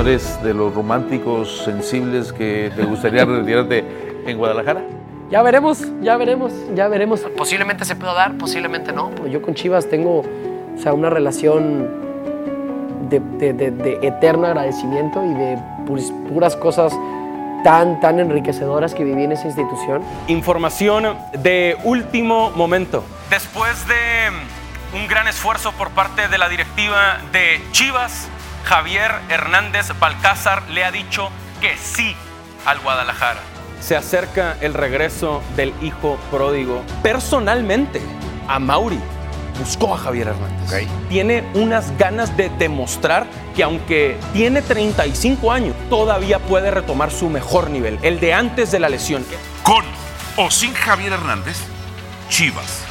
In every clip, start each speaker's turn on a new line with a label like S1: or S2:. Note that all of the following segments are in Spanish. S1: eres de los románticos sensibles que te gustaría retirarte en Guadalajara?
S2: Ya veremos, ya veremos, ya veremos. Posiblemente se pueda dar, posiblemente no. Yo con Chivas tengo o sea, una relación de, de- de- de eterno agradecimiento y de puris- puras cosas tan, tan enriquecedoras que viví en esa institución.
S3: Información de último momento. Después de mm, un gran esfuerzo por parte de la directiva de Chivas, Javier Hernández Balcázar le ha dicho que sí al Guadalajara. Se acerca el regreso del hijo pródigo. Personalmente, a Mauri buscó a Javier Hernández. Tiene unas ganas de demostrar que aunque tiene 35 años, todavía puede retomar su mejor nivel, el de antes de la lesión.
S4: Con o sin Javier Hernández, Chivas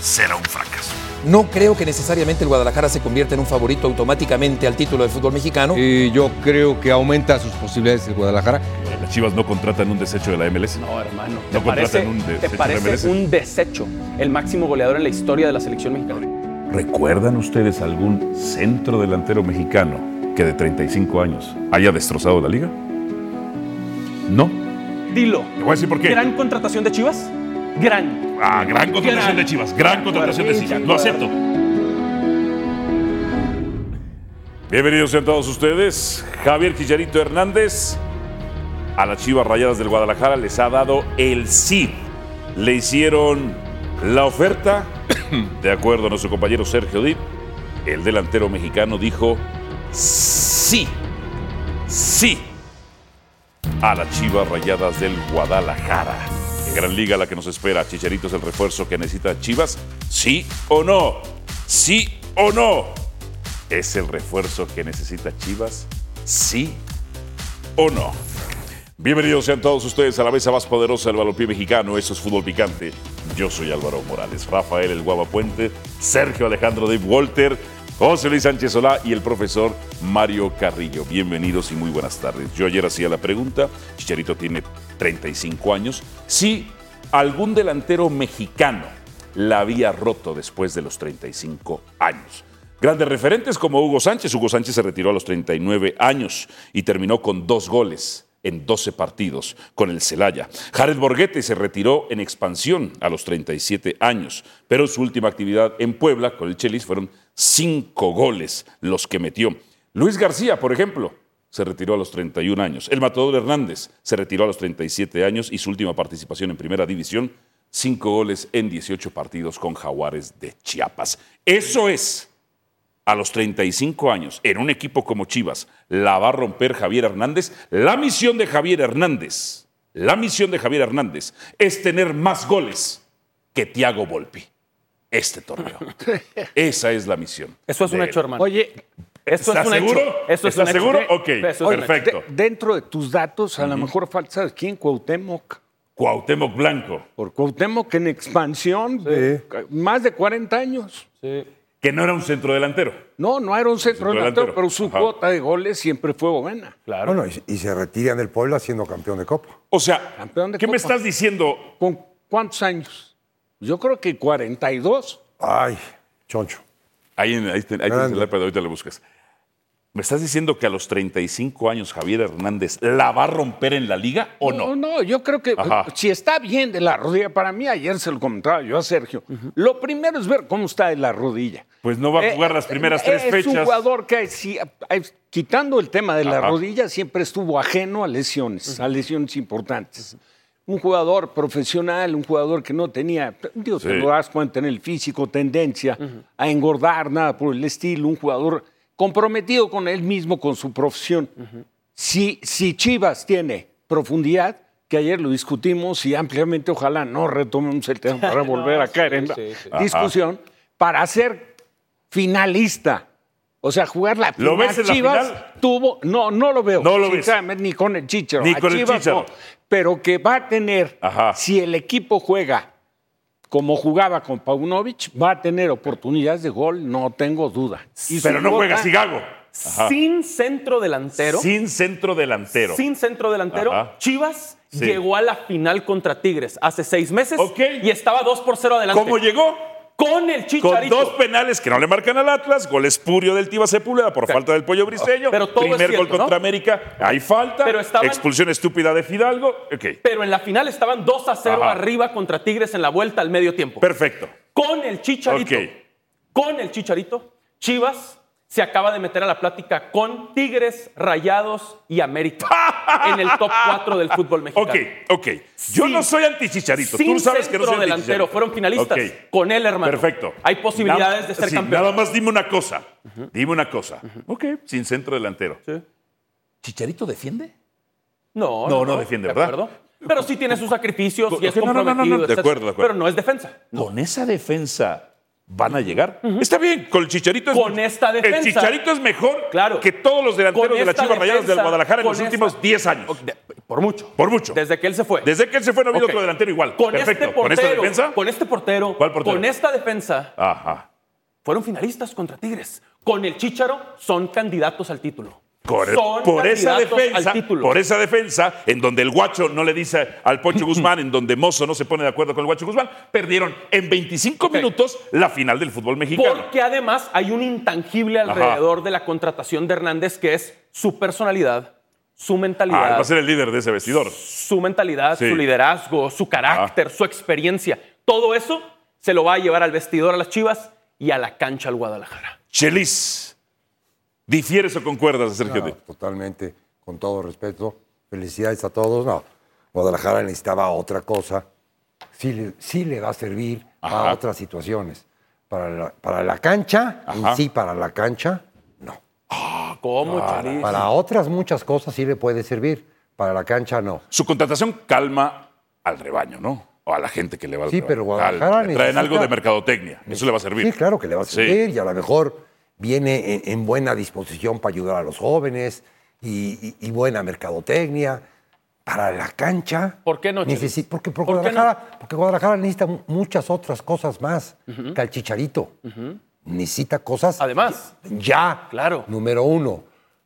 S4: será un fracaso.
S5: No creo que necesariamente el Guadalajara se convierta en un favorito automáticamente al título del fútbol mexicano.
S6: Y yo creo que aumenta sus posibilidades el Guadalajara.
S4: Las Chivas no contratan un desecho de la MLS.
S3: No, hermano.
S4: No
S3: ¿Te parece,
S4: contratan un
S3: te
S4: desecho,
S3: parece
S4: me merece.
S3: un desecho? El máximo goleador en la historia de la selección mexicana.
S4: ¿Recuerdan ustedes algún centro delantero mexicano que de 35 años haya destrozado la liga? No.
S3: Dilo.
S4: Te voy a decir por qué.
S3: ¿Gran contratación de Chivas? Gran.
S4: Ah, gran contratación
S3: Gran.
S4: de Chivas. Gran contratación de Chivas. Lo acepto. Bienvenidos sean todos ustedes. Javier Quillarito Hernández a las Chivas Rayadas del Guadalajara les ha dado el sí. Le hicieron la oferta. De acuerdo a nuestro compañero Sergio Dip, el delantero mexicano dijo sí. Sí a las Chivas Rayadas del Guadalajara. En gran liga la que nos espera, Chicharito es el refuerzo que necesita Chivas, sí o no, sí o no. Es el refuerzo que necesita Chivas, sí o no. Bienvenidos sean todos ustedes a la mesa más poderosa del balompié mexicano. Eso es fútbol picante. Yo soy Álvaro Morales, Rafael El Guava Puente, Sergio Alejandro Dave Walter, José Luis Sánchez Solá y el profesor Mario Carrillo. Bienvenidos y muy buenas tardes. Yo ayer hacía la pregunta, Chicharito tiene 35 años, si algún delantero mexicano la había roto después de los 35 años. Grandes referentes como Hugo Sánchez. Hugo Sánchez se retiró a los 39 años y terminó con dos goles en 12 partidos con el Celaya. Jared Borghetti se retiró en expansión a los 37 años, pero su última actividad en Puebla con el Chelis fueron cinco goles los que metió. Luis García, por ejemplo, se retiró a los 31 años. El matador Hernández se retiró a los 37 años y su última participación en Primera División, cinco goles en 18 partidos con Jaguares de Chiapas. Eso es, a los 35 años, en un equipo como Chivas, la va a romper Javier Hernández. La misión de Javier Hernández, la misión de Javier Hernández es tener más goles que Thiago Volpi este torneo. Esa es la misión.
S3: Eso es un
S4: de
S3: hecho,
S4: él.
S3: hermano.
S7: Oye,
S3: eso
S4: ¿Estás
S3: es un
S4: seguro?
S3: hecho. Eso es un
S4: ¿Estás
S3: hecho.
S4: seguro? Ok,
S3: Eso es un hecho.
S4: perfecto.
S7: de- dentro de tus datos, a lo mejor falta aquí en Cuauhtémoc.
S4: Cuauhtémoc Blanco.
S7: Por Cuauhtémoc en expansión, de ca- más de 40 años.
S4: que no era un centro delantero.
S7: No, no era un centro delantero,
S4: Centrodelantero.
S7: pero su
S4: Ajá.
S7: cuota de goles siempre fue buena.
S8: Bueno, y, y se retiran del Puebla siendo campeón de Copa.
S4: O sea,
S7: Campeón de
S4: ¿qué me
S7: Copa.
S4: estás diciendo?
S7: ¿Con cuántos años? Yo creo que 42.
S8: Ay, choncho.
S4: Ahí, en- ahí ten- ahí tienes el
S8: Grande.
S4: iPad, ahorita lo buscas. ¿Me estás diciendo que a los 35 años Javier Hernández la va a romper en la liga o no?
S7: No, yo creo que
S4: Ajá.
S7: si está bien de la rodilla, para mí ayer se lo comentaba yo a Sergio, lo primero es ver cómo está de la rodilla.
S4: Pues no va a
S7: Eh,
S4: jugar las primeras tres
S7: es un
S4: fechas.
S7: jugador que, si- eh, quitando el tema de la
S4: Ajá.
S7: rodilla, siempre estuvo ajeno a lesiones, a lesiones importantes. Un jugador profesional, un jugador que no tenía, Dios,
S4: Sí.
S7: te lo das cuenta en el físico, tendencia a engordar, nada por el estilo, un jugador comprometido con él mismo, con su profesión. si, si Chivas tiene profundidad, que ayer lo discutimos y ampliamente, ojalá no retomemos el tema para volver a caer en la discusión, para ser finalista. O sea, jugar la
S4: ¿Lo
S7: final.
S4: ves en la
S7: Chivas
S4: final?
S7: tuvo. No, no lo veo.
S4: No lo ves.
S7: sinceramente, Ni con el Chicharo.
S4: Ni
S7: A
S4: con el
S7: Chivas
S4: Chícharo.
S7: no. Pero que va a tener,
S4: Ajá.
S7: si el equipo juega como jugaba con Paunovic, va a tener oportunidades de gol, no tengo duda. Y
S4: Pero
S7: su
S4: no juega
S7: cuota-
S4: Sigago.
S3: Sin centro delantero.
S4: Sin centro delantero.
S3: Sin centro delantero,
S4: Ajá.
S3: Chivas
S4: Sí.
S3: llegó a la final contra Tigres hace seis meses
S4: Ok.
S3: y estaba 2 por 0 adelante.
S4: ¿Cómo llegó?
S3: con el
S4: Con
S3: Chicharito.
S4: dos penales que no le marcan al Atlas, gol espurio del Tiva Sepúlveda por falta del pollo briseño,
S3: Pero todo es
S4: primer gol
S3: cierto, ¿no?
S4: contra América, hay falta,
S3: Pero estaban-
S4: expulsión estúpida de Fidalgo, ok,
S3: Pero en la final estaban 2 a 0
S4: Ajá.
S3: arriba contra Tigres en la vuelta al medio tiempo.
S4: perfecto.
S3: con el Chicharito.
S4: Ok.
S3: Con el Chicharito, Chivas se acaba de meter a la plática con Tigres, Rayados y América en el top 4 del fútbol mexicano.
S4: Ok, ok. Yo
S3: Sin-
S4: no soy anti-chicharito.
S3: Sin
S4: Tú sabes que no soy
S3: delantero,
S4: delantero.
S3: fueron finalistas con él, hermano.
S4: Perfecto.
S3: Hay posibilidades
S4: Nada-
S3: de ser
S4: sí,
S3: campeón.
S4: Nada más dime una cosa. Dime una cosa. Ok, sin centro delantero.
S5: ¿Chicharito defiende?
S3: No,
S4: No, no defiende,
S3: de
S4: ¿verdad?
S3: acuerdo. Pero sí tiene sus sacrificios y es
S4: Ok, no, no, no, no, no,
S3: comprometido.
S4: de
S3: etcétera.
S4: acuerdo, de acuerdo.
S3: Pero no es defensa.
S4: Con esa defensa van a llegar. Está bien, con el chicharito es
S3: Con esta defensa.
S4: El chicharito es mejor
S3: Claro.
S4: que todos los delanteros
S3: Con
S4: de las
S3: esta
S4: Chivas Rayadas del
S3: defensa,
S4: Guadalajara en
S3: con
S4: los
S3: esta-
S4: últimos 10 años.
S3: Ok, de- Por mucho.
S4: Por mucho.
S3: Desde que él se fue.
S4: Desde que él se fue no ha habido
S3: Ok.
S4: otro delantero igual.
S3: Con
S4: Perfecto.
S3: este portero.
S4: con esta defensa.
S3: Con este portero.
S4: ¿Cuál portero?
S3: Con esta defensa.
S4: Ajá.
S3: Fueron finalistas contra Tigres. Con el Chícharo son candidatos al título.
S4: Por, e-
S3: Son
S4: por esa
S3: candidatos
S4: defensa,
S3: al título.
S4: por esa defensa, en donde el guacho no le dice al Pocho Guzmán, en donde Mozo no se pone de acuerdo con el guacho Guzmán, perdieron en 25
S3: Ok.
S4: minutos la final del fútbol mexicano.
S3: Porque además hay un intangible
S4: Ajá.
S3: alrededor de la contratación de Hernández que es su personalidad, su
S4: Ah, él
S3: mentalidad,
S4: va a ser el líder de ese vestidor.
S3: su mentalidad,
S4: Sí. Ah.
S3: su liderazgo, su carácter, su experiencia. Todo eso se lo va a llevar al vestidor a las Chivas y a la cancha al Guadalajara.
S4: Chelis, ¿difieres o concuerdas acerca de
S8: No, totalmente, con todo respeto. Felicidades a todos. No, Guadalajara necesitaba otra cosa. Sí le, sí le va a servir
S4: Ajá.
S8: a otras situaciones. Para la, para la cancha, en sí, para la cancha, no.
S4: Ah,
S3: ¿Cómo, Chelis?
S8: Para otras muchas cosas sí le puede servir. Para la cancha, no.
S4: Su contratación calma al rebaño, ¿no? O a la gente que le va al
S8: Sí,
S4: rebaño.
S8: pero Guadalajara
S4: Calma, le Traen
S8: necesita-
S4: algo de mercadotecnia. Eso le va a servir.
S8: Sí, claro que le va a
S4: Sí.
S8: servir y a lo mejor viene en, en buena disposición para ayudar a los jóvenes y, y- y buena mercadotecnia. Para la cancha.
S3: ¿Por qué no, Chelis?
S8: necesi- porque, porque
S3: ¿Por qué no?
S8: Guadalajara, porque Guadalajara necesita mu- muchas otras cosas más que al chicharito. Necesita cosas.
S3: Además.
S8: Ya.
S3: Claro.
S8: Número uno.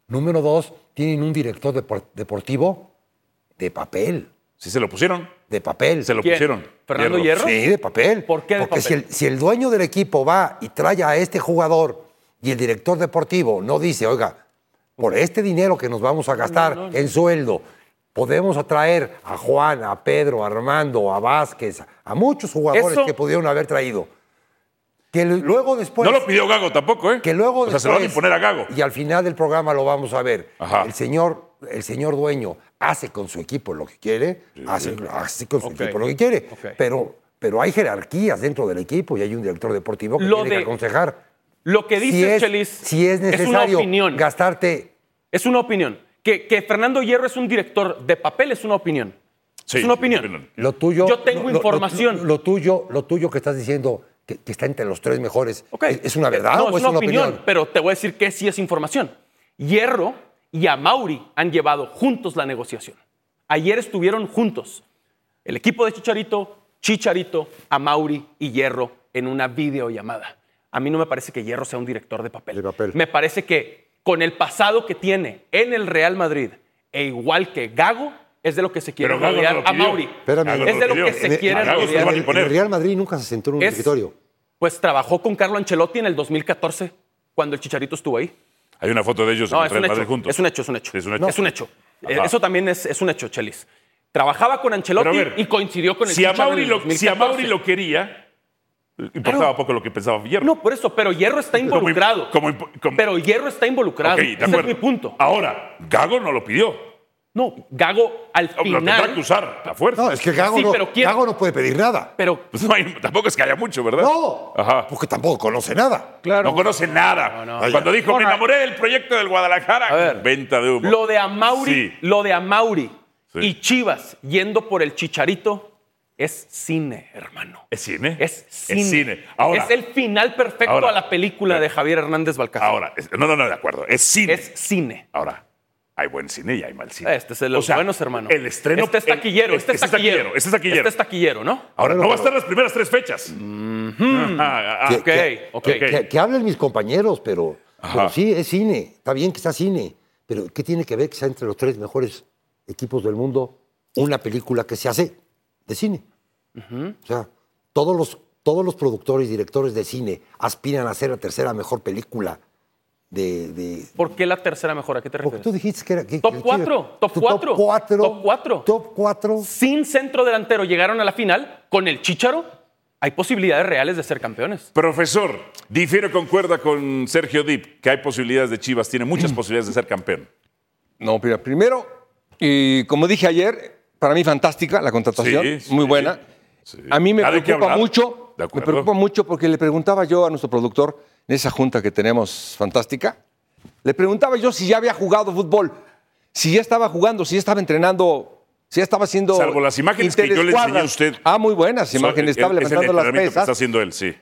S8: Número dos, tienen un director depor- deportivo de papel.
S4: Sí, se lo pusieron.
S8: De papel.
S4: Se lo
S3: ¿Quién?
S4: pusieron.
S3: ¿Fernando Hierro?
S8: Sí, de papel.
S3: ¿Por qué de
S8: Porque Si,
S3: papel?
S8: el, si el dueño del equipo va y trae a este jugador y el director deportivo no dice, oiga, por este dinero que nos vamos a gastar en sueldo, podemos atraer a Juan, a Pedro, a Armando, a Vázquez, a muchos jugadores
S3: Eso-
S8: que pudieron haber traído. Que l- luego después...
S4: no lo pidió Gago tampoco, ¿eh?
S8: Que luego
S4: o sea, se lo van a
S8: después-
S4: imponer a Gago.
S8: Y al final del programa lo vamos a ver.
S4: Ajá.
S8: El señor, el señor dueño hace con su equipo lo que quiere, hace, hace con su
S3: Ok.
S8: equipo lo que quiere.
S3: Ok.
S8: Pero, pero hay jerarquías dentro del equipo y hay un director deportivo que
S3: Lo
S8: tiene
S3: de-
S8: que aconsejar.
S3: Lo que dice
S8: si, es,
S3: Chelis
S8: si es necesario
S3: una opinión.
S8: gastarte.
S3: Es una opinión. Que, que Fernando Hierro es un director de papel es una opinión.
S4: Sí,
S3: es una opinión.
S8: Lo tuyo.
S3: Yo tengo
S8: lo- lo-
S3: información.
S8: Lo, lo tuyo, lo tuyo que estás diciendo que, que está entre los tres mejores.
S3: Ok.
S8: ¿es- ¿Es una verdad
S3: No,
S8: o es una opinión?
S3: Pero te voy a decir que sí es información. Hierro y Amauri han llevado juntos la negociación. Ayer estuvieron juntos. El equipo de Chicharito, Chicharito, Amauri y Hierro en una videollamada. A mí no me parece que Hierro sea un director de papel.
S8: De papel.
S3: Me parece que con el pasado que tiene en el Real Madrid e igual que Gago, es de lo que se quiere
S4: Pero Gago no
S3: rodear
S4: lo
S3: a
S4: pidió.
S3: Mauri.
S8: Espérame. Gago
S3: es de
S4: lo
S3: lo que
S4: pidió.
S3: se quiere
S4: A Gago se lo
S3: rodear.
S4: van a
S8: el,
S4: imponer.
S8: el Real Madrid nunca se sentó en un
S3: Es-
S8: escritorio.
S3: Pues trabajó con Carlo Ancelotti en el 2014, cuando el Chicharito estuvo ahí.
S4: Hay una foto de ellos
S3: No,
S4: en
S3: es
S4: el
S3: un,
S4: Real
S3: hecho,
S4: Madrid juntos.
S3: es un hecho, es un hecho.
S4: Es un hecho.
S3: Es un hecho. Eh,
S4: Ajá.
S3: Eso también es, es un hecho, Chelis. Trabajaba con Ancelotti
S4: Pero a ver,
S3: y coincidió con el
S4: si a,
S3: Chicharito
S4: Mauri lo, si a Mauri lo quería, importaba
S3: Claro.
S4: poco lo que pensaba Hierro.
S3: No, por eso, pero Hierro está
S4: Como imp-
S3: involucrado.
S4: como imp- como-
S3: Pero Hierro está involucrado.
S4: Ok, de
S3: Ese es
S4: acuerdo.
S3: mi punto.
S4: Ahora, Gago no lo pidió.
S3: No, Gago al
S4: Lo tendrá
S3: final.
S4: que usar a fuerza.
S8: No, es que Gago,
S3: Sí,
S8: no,
S3: pero ¿quién-
S8: Gago no puede pedir nada.
S3: Pero
S4: Pues no hay- tampoco es que haya mucho, ¿verdad?
S8: No,
S4: Ajá.
S8: porque tampoco conoce nada.
S4: No conoce nada. Cuando dijo, me enamoré del proyecto del Guadalajara.
S3: A ver.
S4: Venta de humo.
S3: lo de Amauri,
S4: Sí.
S3: lo de Amauri
S4: Sí.
S3: y Chivas yendo por el Chicharito es cine, hermano.
S4: Es cine.
S3: Es cine.
S4: Ahora,
S3: es el final perfecto
S4: Ahora.
S3: a la película de Javier Hernández Balcázar.
S4: ahora es- no, no, no, de acuerdo. Es cine.
S3: Es cine.
S4: Ahora, hay buen cine y hay mal cine.
S3: Este es de los
S4: O sea,
S3: buenos, hermano.
S4: El estreno.
S3: Este es
S4: el-
S3: taquillero,
S4: el-
S3: este es taquillero.
S4: Este es taquillero.
S3: Este es taquillero, ¿no? Mm.
S4: Ahora, no va a estar las primeras tres fechas. Ah, ah, ah,
S8: Que- que-
S3: ok,
S8: que-
S3: ok.
S8: Que, que hablen mis compañeros, pero,
S4: Ajá.
S8: pero sí, es cine. Está bien que sea cine. Pero ¿qué tiene que ver que sea entre los tres mejores equipos del mundo una película que se hace de cine? O sea, todos los, todos los productores y directores de cine aspiran a ser la tercera mejor película de. de-
S3: ¿Por qué la tercera mejor? ¿A qué te
S8: porque
S3: refieres?
S8: tú dijiste que era. que-
S3: Top
S8: que- que-
S3: 4, top
S8: tu
S3: 4.
S8: Top 4.
S3: Top 4.
S8: Top 4.
S3: Sin centro delantero llegaron a la final con el Chicharo. Hay posibilidades reales de ser campeones.
S4: Profesor, difiero concuerda con Sergio Dip, que hay posibilidades de Chivas, tiene muchas posibilidades de ser campeón.
S6: No, mira, primero, y como dije ayer, para mí fantástica la contratación,
S4: Sí, sí,
S6: muy buena.
S4: sí.
S6: A mí me
S4: Nada de qué
S6: preocupa
S4: hablar.
S6: mucho,
S4: De
S6: me
S4: acuerdo.
S6: preocupa mucho porque le preguntaba yo a nuestro productor en esa junta que tenemos fantástica, le preguntaba yo si ya había jugado fútbol, si ya estaba jugando, si ya estaba entrenando, si ya estaba haciendo
S4: Salvo las imágenes que yo le enseñé a
S6: interescuadras.
S4: usted.
S6: Ah, muy buenas imágenes,
S4: Son-
S6: estaba
S4: es el
S6: levantando las
S4: entrenamiento que
S6: pesas
S4: está haciendo él, sí.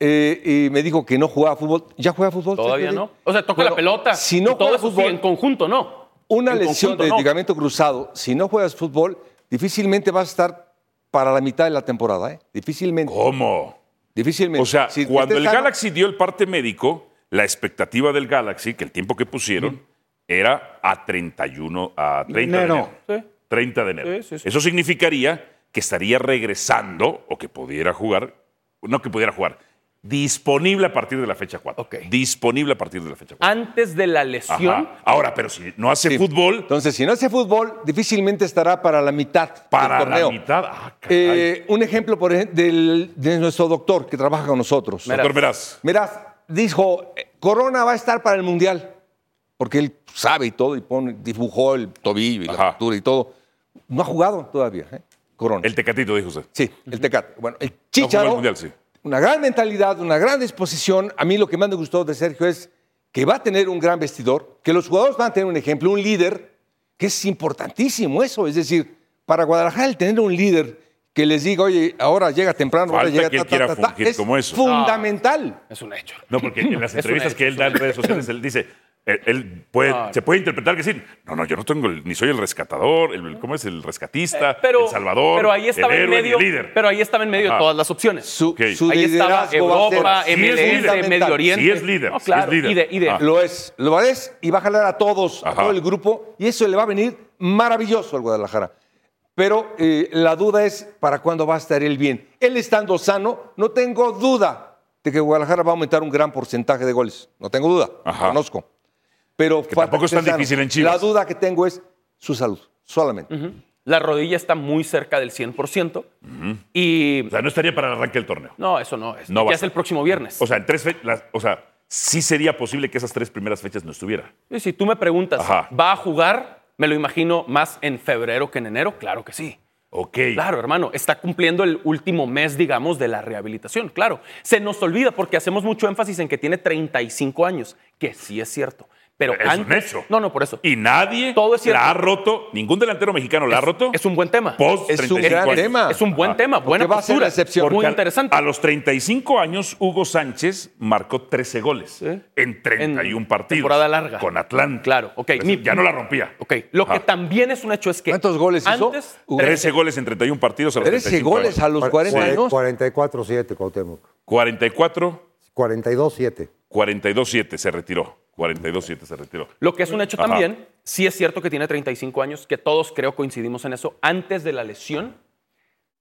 S6: eh, y me dijo que no jugaba fútbol. ¿Ya juega fútbol?
S3: Todavía
S6: Sergio?
S3: no. O sea, toca
S6: Bueno,
S3: la pelota.
S6: Si no
S3: y todo
S6: juega
S3: eso sí, en
S6: fútbol,
S3: conjunto, no.
S6: una
S3: en
S6: lesión
S3: conjunto,
S6: de
S3: no.
S6: ligamento cruzado, si no juegas fútbol, difícilmente vas a estar para la mitad de la temporada, ¿eh? Difícilmente.
S4: ¿Cómo?
S6: Difícilmente.
S4: O sea,
S6: Si
S4: cuando
S6: estés
S4: el
S6: sano-
S4: Galaxy dio el parte médico, la expectativa del Galaxy, que el tiempo que pusieron, era a 31, a 30 de enero.
S7: Enero.
S4: 30 de enero.
S3: Sí, sí, sí.
S4: Eso significaría que estaría regresando o que pudiera jugar, no que pudiera jugar, disponible a partir de la fecha 4.
S3: Ok.
S4: Disponible a partir de la fecha 4.
S3: Antes de la lesión,
S4: Ahora, pero si no hace
S6: Sí.
S4: fútbol,
S6: Entonces, si no hace fútbol, difícilmente estará para la mitad
S4: para
S6: del torneo.
S4: la mitad. Ah, caray.
S6: Eh, un ejemplo, por ejemplo, del- de nuestro doctor que trabaja con nosotros.
S4: Doctor Verás.
S6: Mirá, dijo, eh, Corona va a estar para el Mundial, porque él sabe y todo, y pone, dibujó el tobillo y
S4: Ajá.
S6: la altura y todo. No ha jugado todavía, ¿eh? Corona.
S4: El tecatito, dijo usted.
S6: sí, el Tecate. Bueno, el
S4: jugó el
S6: Chicharo,
S4: Mundial, sí.
S6: una gran mentalidad, una gran disposición. A mí lo que más me gustó de Sergio es que va a tener un gran vestidor, que los jugadores van a tener un ejemplo, un líder, que es importantísimo eso. Es decir, para Guadalajara el tener un líder que les diga, oye, ahora llega temprano, ahora
S4: Falta
S6: llega
S4: que él quiera fungir
S6: es
S4: como eso.
S6: fundamental.
S3: es un hecho.
S4: No, porque en las entrevistas que él da en redes sociales, él dice, él, él puede, se puede interpretar que sí. No, no, yo no tengo, el- ni soy el rescatador, el, el- ¿cómo es? El rescatista,
S3: Eh, Pero,
S4: el salvador,
S3: pero ahí estaba
S4: el
S3: en
S4: héroe,
S3: medio.
S4: el líder. Ah.
S3: Pero ahí estaba en medio
S4: Ajá.
S3: de todas las opciones.
S6: Su,
S4: Ok.
S6: su
S3: ahí estaba
S6: liderazgo va a
S3: Europa,
S6: ser-
S4: Sí es
S3: MLS,
S6: fundamental.
S3: Medio Oriente.
S4: Sí es líder,
S3: No,
S4: sí
S3: claro,
S4: es líder.
S3: Y de, y de-
S4: Ah.
S6: Lo es, lo es y va a jalar a todos,
S4: Ajá.
S6: a todo el grupo, y eso le va a venir maravilloso al Guadalajara. Pero eh, la duda es para cuándo va a estar él bien. Él estando sano, no tengo duda de que Guadalajara va a aumentar un gran porcentaje de goles. No tengo duda,
S4: Ajá.
S6: conozco. Pero falta
S4: tampoco es
S6: esté
S4: tan
S6: sano.
S4: difícil en Chivas.
S6: La duda que tengo es su salud, solamente.
S3: La rodilla está muy cerca del 100%. Y.
S4: O sea, no estaría para el arranque del torneo.
S3: No, eso no. Es,
S4: No va a
S3: ya es
S4: ser.
S3: el próximo viernes.
S4: O sea, en tres fe- las- o sea, sí sería posible que esas tres primeras fechas no estuviera.
S3: Y si tú me preguntas,
S4: Ajá.
S3: ¿va a jugar? Me lo imagino más en febrero que en enero. Claro que sí.
S4: Ok.
S3: Claro, hermano, está cumpliendo el último mes, digamos, de la rehabilitación, claro. Se nos olvida porque hacemos mucho énfasis en que tiene 35 años, que sí es cierto. Pero
S4: Es un
S3: antes,
S4: hecho.
S3: No, no, por eso.
S4: Y nadie
S3: Todo es cierto.
S4: la ha roto, ningún delantero mexicano la ha
S3: Es-
S4: roto.
S3: es un buen tema.
S4: Post
S6: Es un
S4: 35
S6: gran
S4: años.
S6: tema.
S3: Es un buen
S4: Ajá.
S3: tema, buena
S6: Porque va a ser
S3: postura,
S6: la excepción.
S3: muy
S4: Porque al-
S3: interesante.
S4: A los 35 años, Hugo Sánchez marcó 13 goles en 31
S3: En
S4: partidos.
S3: temporada larga.
S4: Con Atlanta.
S3: Claro, ok.
S4: Es decir,
S3: Mi-
S4: ya no la rompía.
S3: Ok, lo
S4: Ajá.
S3: que también es un hecho es que
S6: ¿Cuántos goles hizo?
S3: antes,
S6: Hugo?
S4: 13 goles en 31 partidos a los
S6: 13
S4: 35
S6: goles
S4: años.
S6: a los 40 años.
S8: 44-7, Cuauhtémoc.
S4: 44,
S8: 42-7.
S4: 42-7 se retiró. 42-7 se retiró.
S3: Lo que es un hecho
S4: Ajá.
S3: también, sí es cierto que tiene 35 años, que todos creo coincidimos en eso, antes de la lesión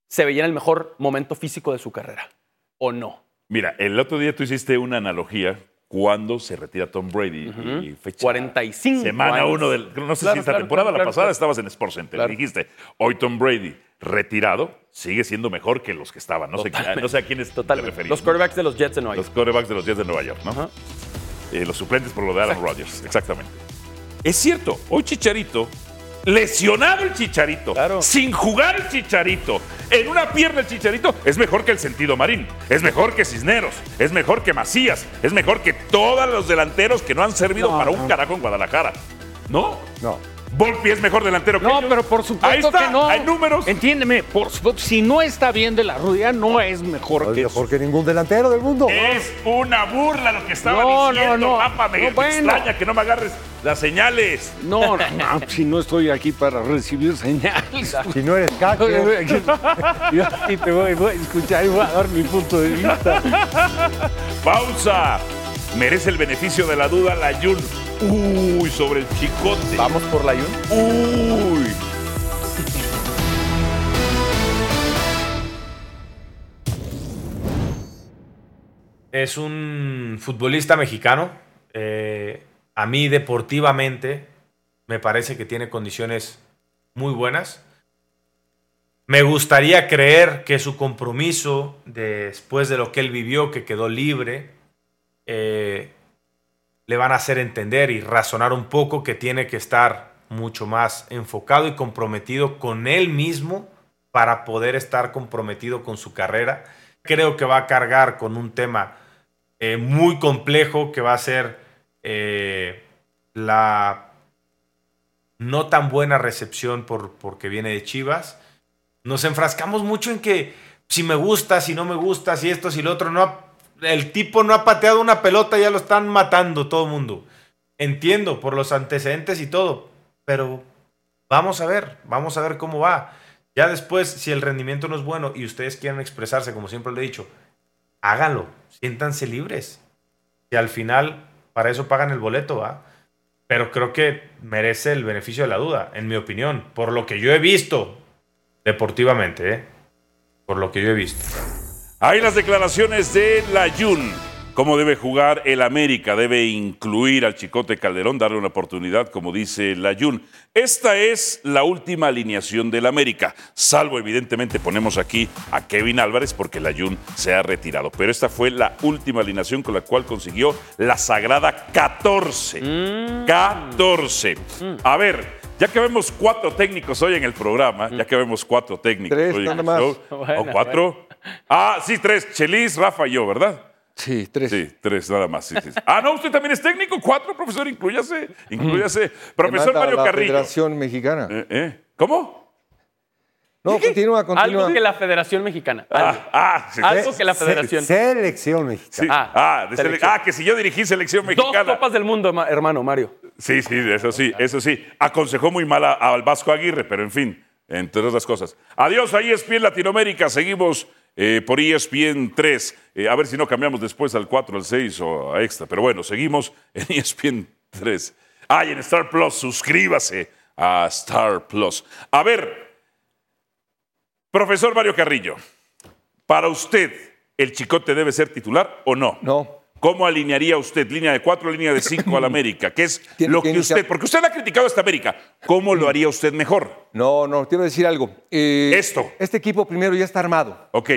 S3: se veía en el mejor momento físico de su carrera, ¿o no?
S4: Mira, el otro día tú hiciste una analogía cuando se retira Tom Brady y fecha
S3: 45
S4: semana
S3: años.
S4: 1 del no sé si
S3: Claro,
S4: esta
S3: claro,
S4: temporada
S3: claro,
S4: la
S3: claro,
S4: pasada
S3: claro.
S4: estabas en Sports Center
S3: Claro.
S4: y dijiste, "Hoy Tom Brady retirado sigue siendo mejor que los que estaban." No sé quién- no sé a quiénes te
S3: Totalmente.
S4: referías.
S3: Los quarterbacks de los Jets de Nueva
S4: Los
S3: York.
S4: quarterbacks de los Jets de Nueva York, ¿no? Eh, los suplentes por lo de Aaron Rodgers, exactamente. Es cierto, hoy Chicharito, lesionado el Chicharito,
S3: Claro.
S4: sin jugar el Chicharito, en una pierna el Chicharito, es mejor que el Sentido Marín, es mejor que Cisneros, es mejor que Macías, es mejor que todos los delanteros que no han servido para un carajo en Guadalajara. ¿No?
S8: No.
S4: Volpi es mejor delantero que
S7: No,
S4: ellos.
S7: pero por supuesto
S4: Ahí está,
S7: que no.
S4: hay números.
S7: Entiéndeme, por supuesto, si no está bien de la rodilla, no es
S8: No
S7: mejor
S8: es
S7: que
S8: mejor que ningún delantero del mundo.
S4: Es una burla lo que estaba
S7: No,
S4: diciendo,
S7: no, no.
S4: Rafa, me
S7: No, bueno.
S4: extraña que no me agarres las señales.
S7: No, no, no, si no estoy aquí para recibir señales.
S8: Si no eres cacho,
S7: Yo aquí te voy, voy a escuchar y voy
S4: Ah,
S7: a dar mi punto de vista.
S4: Pausa. Merece el beneficio de la duda la Jun. Uy, sobre el chicote.
S3: Vamos por la Jun.
S4: Uy.
S9: Es un futbolista mexicano. Eh, a mí deportivamente me parece que tiene condiciones muy buenas. Me gustaría creer que su compromiso después de lo que él vivió, que quedó libre, eh, le van a hacer entender y razonar un poco que tiene que estar mucho más enfocado y comprometido con él mismo para poder estar comprometido con su carrera. Creo que va a cargar con un tema eh, muy complejo que va a ser eh, la no tan buena recepción por, porque viene de Chivas. Nos enfrascamos mucho en que si me gusta, si no me gusta, si esto, si lo otro, no ha- el tipo no ha pateado una pelota, ya lo están matando todo el mundo. Entiendo por los antecedentes y todo, pero vamos a ver, vamos a ver cómo va. Ya después, si el rendimiento no es bueno y ustedes quieren expresarse, como siempre lo he dicho, háganlo, siéntanse libres. Y al final, para eso pagan el boleto, ¿va? Pero creo que merece el beneficio de la duda, en mi opinión, por lo que yo he visto deportivamente, ¿eh? Por lo que yo he visto.
S4: Ahí las declaraciones de Layun. ¿Cómo debe jugar el América? Debe incluir al Chicote Calderón, darle una oportunidad, como dice Layun. Esta es la última alineación del América, salvo evidentemente ponemos aquí a Kevin Álvarez porque Layun se ha retirado. Pero esta fue la última alineación con la cual consiguió la sagrada 14.
S3: Mm.
S4: 14. A ver, ya que vemos cuatro técnicos hoy en el programa, ya que vemos cuatro técnicos
S6: Tres,
S4: hoy en
S6: nada
S4: el
S6: más.
S4: show,
S3: Bueno,
S4: o cuatro. Ah, sí, tres. Chelis, Rafa y yo, ¿verdad?
S6: Sí, tres.
S4: Sí, tres, nada más. sí, sí, sí. Ah, no, usted también es técnico. Cuatro, profesor, incluyase. Incluyase. Profesor
S6: Manda a
S4: Mario
S6: Mm. la
S4: Carrillo.
S6: Federación Mexicana.
S4: Eh, eh, ¿Cómo?
S6: No, continúa, Ah, continúa.
S3: Algo que la Federación Mexicana. algo.
S4: Ah, ah, sí,
S3: Algo que la
S8: Se-
S3: Federación.
S8: selección mexicana.
S4: sí.
S3: ah,
S4: Ah, de sele-
S3: selección.
S4: ah, que si yo dirigí selección
S3: Dos
S4: mexicana.
S3: copas del mundo, ma- hermano Mario.
S4: Sí, sí, eso sí, eso sí. Aconsejó muy mal a- al Vasco Aguirre, pero en fin, entre otras cosas. Adiós a E ESPN Latinoamérica, seguimos eh, por ESPN 3. Eh, a ver si no cambiamos después al 4, al 6 o a extra, pero bueno, seguimos en E ESPN 3. Ah, y en Star Plus, suscríbase a Star Plus. A ver, profesor Mario Carrillo, para usted, ¿el chicote debe ser titular o no?
S6: No.
S4: ¿Cómo alinearía usted línea de cuatro, línea de cinco al América? ¿Qué es
S6: Tiene
S4: lo
S6: que
S4: que,
S6: iniciar-
S4: usted, porque usted ha criticado a esta América, ¿cómo lo haría usted mejor?
S6: No, no, quiero decir algo. Eh,
S4: Esto.
S6: Este equipo primero ya está armado.
S4: Ok.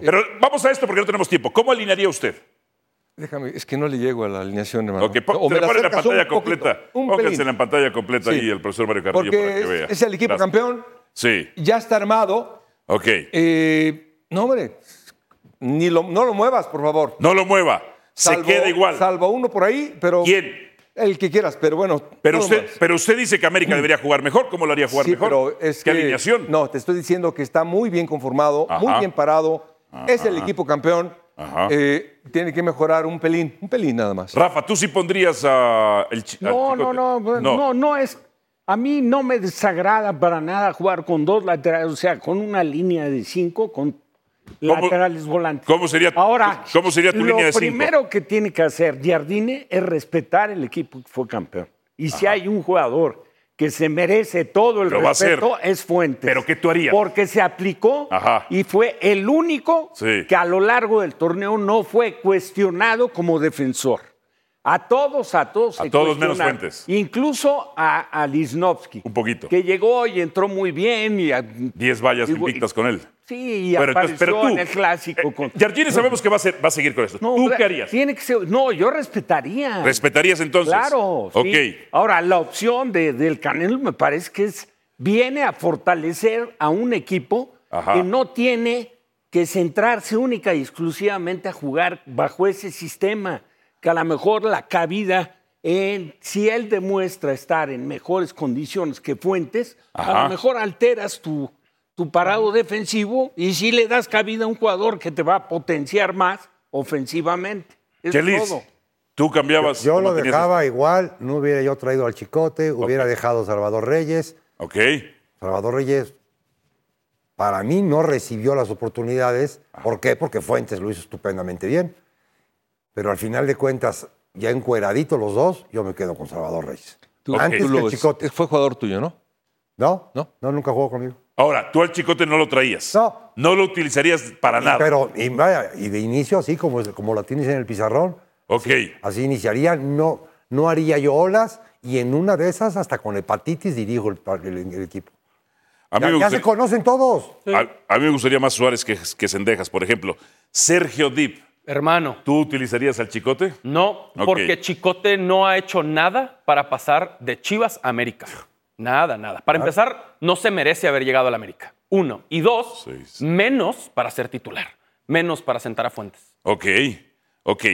S4: Pero vamos a esto porque no tenemos tiempo. ¿Cómo alinearía usted?
S6: Déjame, es que no le llego a la alineación, hermano.
S4: Ok, pon-
S6: O me
S4: se la ponen en la
S6: acercas un
S4: pantalla
S6: poquito,
S4: completa.
S6: un pelín.
S4: Póngansela en pantalla completa
S6: Sí.
S4: ahí el profesor Mario Carrillo para
S6: Porque
S4: que vea.
S6: es, es el equipo
S4: Gracias.
S6: campeón,
S4: Sí,
S6: ya está armado.
S4: ok.
S6: Eh, no, hombre, ni lo, no lo muevas, por favor.
S4: no lo mueva.
S6: Salvo-
S4: se queda igual.
S6: Salvo uno por ahí, pero.
S4: ¿Quién?
S6: El que quieras, pero bueno.
S4: Pero
S6: no lo
S4: usted,
S6: muevas.
S4: pero usted dice que América debería jugar mejor. ¿Cómo lo haría jugar
S6: Mm. Sí,
S4: mejor?
S6: pero es
S4: ¿Qué
S6: que-
S4: alineación?
S6: No, te estoy diciendo que está muy bien conformado,
S4: Ajá.
S6: muy bien parado. Es el equipo campeón.
S4: Ajá.
S6: Eh, tiene que mejorar un pelín, un pelín nada más.
S4: Rafa, tú sí pondrías a el chi- al
S7: No, no,
S4: Chicote?
S7: no, no, no, es. A mí no me desagrada para nada jugar con dos laterales, o sea, con una línea de cinco, con
S4: ¿Cómo-
S7: laterales volantes.
S4: cómo sería tu-
S7: Ahora,
S4: cómo sería tu
S7: lo
S4: línea de cinco?
S7: primero que tiene que hacer Jardine es respetar el equipo que fue campeón. Y si hay un jugador que se merece todo el
S4: Lo va a hacer.
S7: respeto, es Fuentes.
S4: ¿Pero qué tú harías?
S7: Porque se aplicó
S4: Ajá.
S7: y fue el único
S4: Sí.
S7: que a lo largo del torneo no fue cuestionado como defensor. A todos, a todos
S4: A
S7: se
S4: todos menos
S7: cuestionaron.
S4: Fuentes.
S7: Incluso a, a Lisnowsky.
S4: Un poquito.
S7: Que llegó y entró muy bien. Y a-
S4: 10 vallas
S7: Y-
S4: invictas con él.
S7: sí, y
S4: Pero
S7: apareció
S4: entonces, pero tú,
S7: en el clásico.
S4: eh,
S7: con-
S4: Jardine sabemos que va a, ser- va a seguir con esto.
S7: No,
S4: ¿Tú
S7: hombre,
S4: qué harías?
S7: Tiene que ser, no, yo respetaría.
S4: ¿Respetarías entonces?
S7: Claro. sí.
S4: Ok.
S7: Ahora, la opción de- del Canelo me parece que es, viene a fortalecer a un equipo
S4: Ajá.
S7: que no tiene que centrarse única y exclusivamente a jugar bajo ese sistema, que a lo mejor la cabida, en, si él demuestra estar en mejores condiciones que Fuentes, a
S4: Ajá.
S7: lo mejor alteras tu, tu parado defensivo y si le das cabida a un jugador que te va a potenciar más ofensivamente. Es
S4: Chelis,
S7: todo.
S4: tú cambiabas.
S8: Yo lo
S4: mantenías-
S8: dejaba igual, no hubiera yo traído al Chicote, hubiera dejado a Salvador Reyes.
S4: Ok.
S8: Salvador Reyes, para mí, no recibió las oportunidades.
S4: Ah.
S8: ¿Por qué? Porque Fuentes lo hizo estupendamente bien. Pero al final de cuentas, ya encueradito los dos, yo me quedo con Salvador Reyes.
S6: Tú-
S8: Antes
S6: tú
S8: que
S6: lo
S8: el
S6: ves.
S8: Chicote.
S6: Fue jugador tuyo, ¿no?
S8: ¿No?
S6: ¿No?
S8: No, nunca jugó conmigo.
S4: Ahora, tú al chicote no lo traías. No. No lo utilizarías para nada.
S8: Pero, y, vaya, y de inicio, así como, como la tienes en el pizarrón,
S4: ok.
S8: así iniciaría, no, no haría yo olas y en una de esas, hasta con hepatitis, dirijo el, el- el equipo.
S4: A mí me
S8: Ya, ya
S4: gustaría-
S8: se conocen todos.
S4: A, a mí me gustaría más Suárez que, que Sendejas, por ejemplo. Sergio Dip,
S3: Hermano,
S4: ¿tú utilizarías al chicote?
S10: No,
S4: Ok.
S10: porque Chicote no ha hecho nada para pasar de Chivas a América. Nada, nada. Para empezar, no se merece haber llegado al América. Uno. Y dos, menos para ser titular. Menos para sentar a Fuentes.
S4: Ok, ok.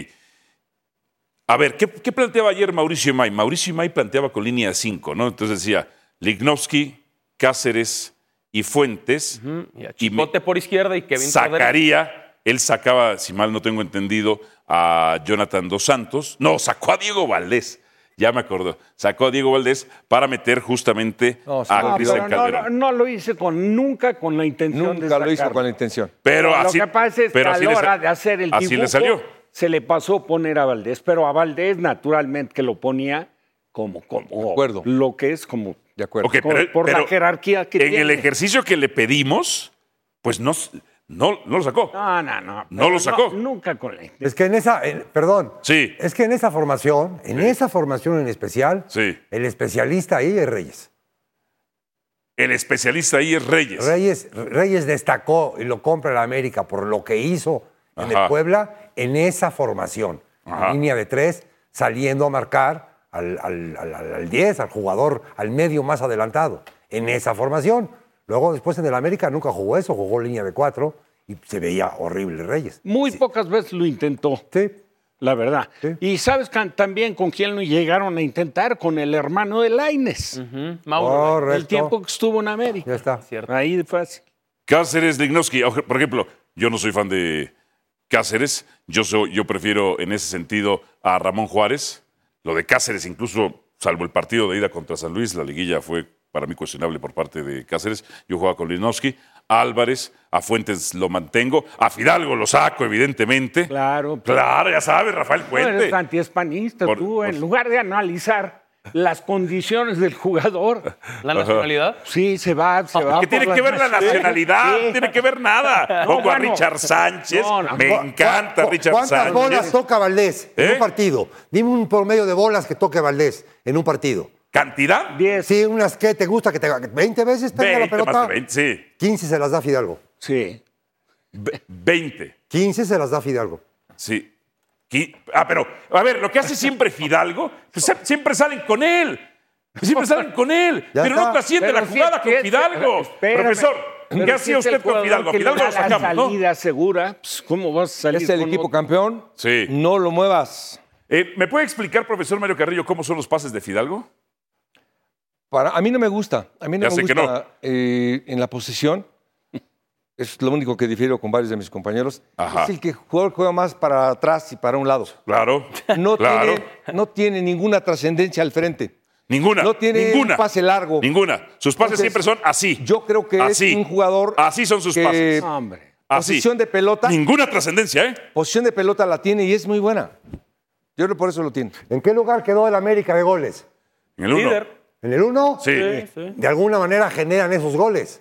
S4: A ver, ¿qué, qué planteaba ayer Mauricio Imay? Mauricio Imay planteaba con línea 5, ¿no? Entonces decía Lignovsky, Cáceres y Fuentes.
S10: Y a
S4: Y me-
S10: Chicote por izquierda y Kevin por derecha.
S4: sacaría, él sacaba, si mal no tengo entendido, a Jonathan Dos Santos. No, sacó a Diego Valdés. Ya me acuerdo. Sacó a Diego Valdés para meter justamente a
S7: No,
S4: Cristian
S7: pero no,
S4: Ah, Calderón.
S7: no, no lo hice con, nunca con la intención de
S6: Nunca lo hizo
S7: sacarlo.
S6: con la intención.
S4: Pero
S7: lo
S4: así,
S7: que pasa es
S4: pero
S7: que a
S4: así
S7: la
S4: le sa-
S7: hora de hacer el
S4: así
S7: dibujo,
S4: le salió.
S7: se le pasó poner a Valdés, pero a Valdés naturalmente que lo ponía como, como
S6: acuerdo.
S7: lo que es como
S6: De acuerdo.
S4: Ok,
S7: Por-
S4: pero-
S7: por la
S4: pero
S7: jerarquía que
S4: en el
S7: tiene.
S4: ejercicio que le pedimos, pues no, s- no, no lo sacó.
S7: no, no, no.
S4: No lo sacó.
S7: nunca con la intención.
S8: Es que en esa, en- perdón,
S4: Sí.
S8: es que en esa formación, en esa formación en especial,
S4: Sí.
S8: el especialista ahí es Reyes.
S4: El especialista ahí es Reyes.
S8: Reyes, Reyes destacó y lo compra el América por lo que hizo en
S4: Ajá.
S8: el Puebla en esa formación.
S4: Ajá.
S8: Línea de tres, saliendo a marcar al, al, al- al- al 10, al jugador, al medio más adelantado, en esa formación. Luego después en el América nunca jugó eso, jugó línea de cuatro y se veía horrible Reyes.
S7: Muy pocas veces lo intentó,
S8: Sí.
S7: la verdad.
S8: Sí.
S7: Y sabes can- también con quién lo llegaron a intentar, con el hermano de Laines.
S10: Mauro.
S7: El
S8: Correcto.
S7: tiempo que estuvo en América.
S8: Ya está.
S7: Ahí fácil.
S4: Cáceres, Lignoski, por ejemplo, yo no soy fan de Cáceres, yo, soy, yo prefiero en ese sentido a Ramón Juárez. Lo de Cáceres, incluso salvo el partido de ida contra San Luis, la liguilla fue para mí cuestionable por parte de Cáceres. Yo jugaba con Lignoski, a Álvarez, a Fuentes lo mantengo, a Fidalgo lo saco, evidentemente.
S7: Claro.
S4: Claro, ya sabes, Rafael
S7: Tú
S4: Puente.
S7: eres antiespanista,
S4: Por-
S7: tú,
S4: por-
S7: en lugar de analizar las condiciones del jugador.
S10: La nacionalidad.
S7: Sí, se va, se va.
S4: ¿Qué
S7: Ah, por
S4: tiene
S7: las
S4: que ver la
S7: naciones.
S4: nacionalidad?
S7: Sí.
S4: No tiene que ver nada. Pongo a
S7: bueno.
S4: Richard Sánchez.
S7: No, no.
S4: Me encanta
S8: ¿Cu-
S4: Richard
S8: ¿Cuántas
S4: Sánchez.
S8: bolas toca Valdés en
S4: ¿Eh?
S8: un partido? Dime un promedio de bolas que toque Valdés en un partido.
S4: ¿Cantidad?
S7: Diez.
S8: Sí, unas que te gusta que te 20 veces pega la
S4: 20
S8: pelota.
S4: más de 20, sí.
S8: 15 se las da Fidalgo.
S7: Sí.
S4: Ve- 20,
S8: 15 se las da Fidalgo.
S4: sí. Qui- Ah, pero, a ver, lo que hace siempre Fidalgo, pues se- siempre salen con él. Siempre salen con él.
S8: Ya
S4: pero
S8: está.
S4: no trasciende
S7: Pero
S4: la
S7: si
S4: jugada
S7: es
S4: con
S7: que-
S4: Fidalgo.
S7: espérame.
S4: Profesor,
S7: Pero
S4: ¿qué
S7: si
S4: hacía
S7: es el
S4: usted con
S7: jugador
S4: Fidalgo? A
S7: que le
S4: Fidalgo
S7: da
S4: lo
S7: la
S4: sacamos, ¿no?
S7: salida segura, pues, ¿cómo vas a salir?
S6: Este es el
S7: con
S6: equipo
S7: otro?
S6: campeón.
S4: Sí.
S6: No lo muevas.
S4: Eh, ¿Me puede explicar, profesor Mario Carrillo, cómo son los pases de Fidalgo?
S6: Para, a mí no me gusta. A mí no
S4: Ya
S6: me
S4: sé que
S6: gusta eh, en la posición. Es lo único que difiero con varios de mis compañeros.
S4: Ajá.
S6: Es el que jugador juega más para atrás y para un lado.
S4: Claro.
S6: No,
S4: claro.
S6: tiene, no tiene ninguna trascendencia al frente.
S4: Ninguna.
S6: no tiene
S4: ninguna.
S6: un pase largo.
S4: Ninguna. Sus pases
S6: Entonces,
S4: siempre son así.
S6: Yo creo que
S4: Así.
S6: es un jugador.
S4: Así son sus
S6: que
S4: pases.
S7: Hombre.
S4: Así.
S6: Posición de pelota.
S4: Ninguna trascendencia, ¿eh?
S6: Posición de pelota la tiene y es muy buena. Yo creo que por eso lo tiene.
S8: ¿En qué lugar quedó el América de goles?
S4: En el uno.
S8: ¿En el 1?
S4: Sí.
S8: De alguna manera generan esos goles.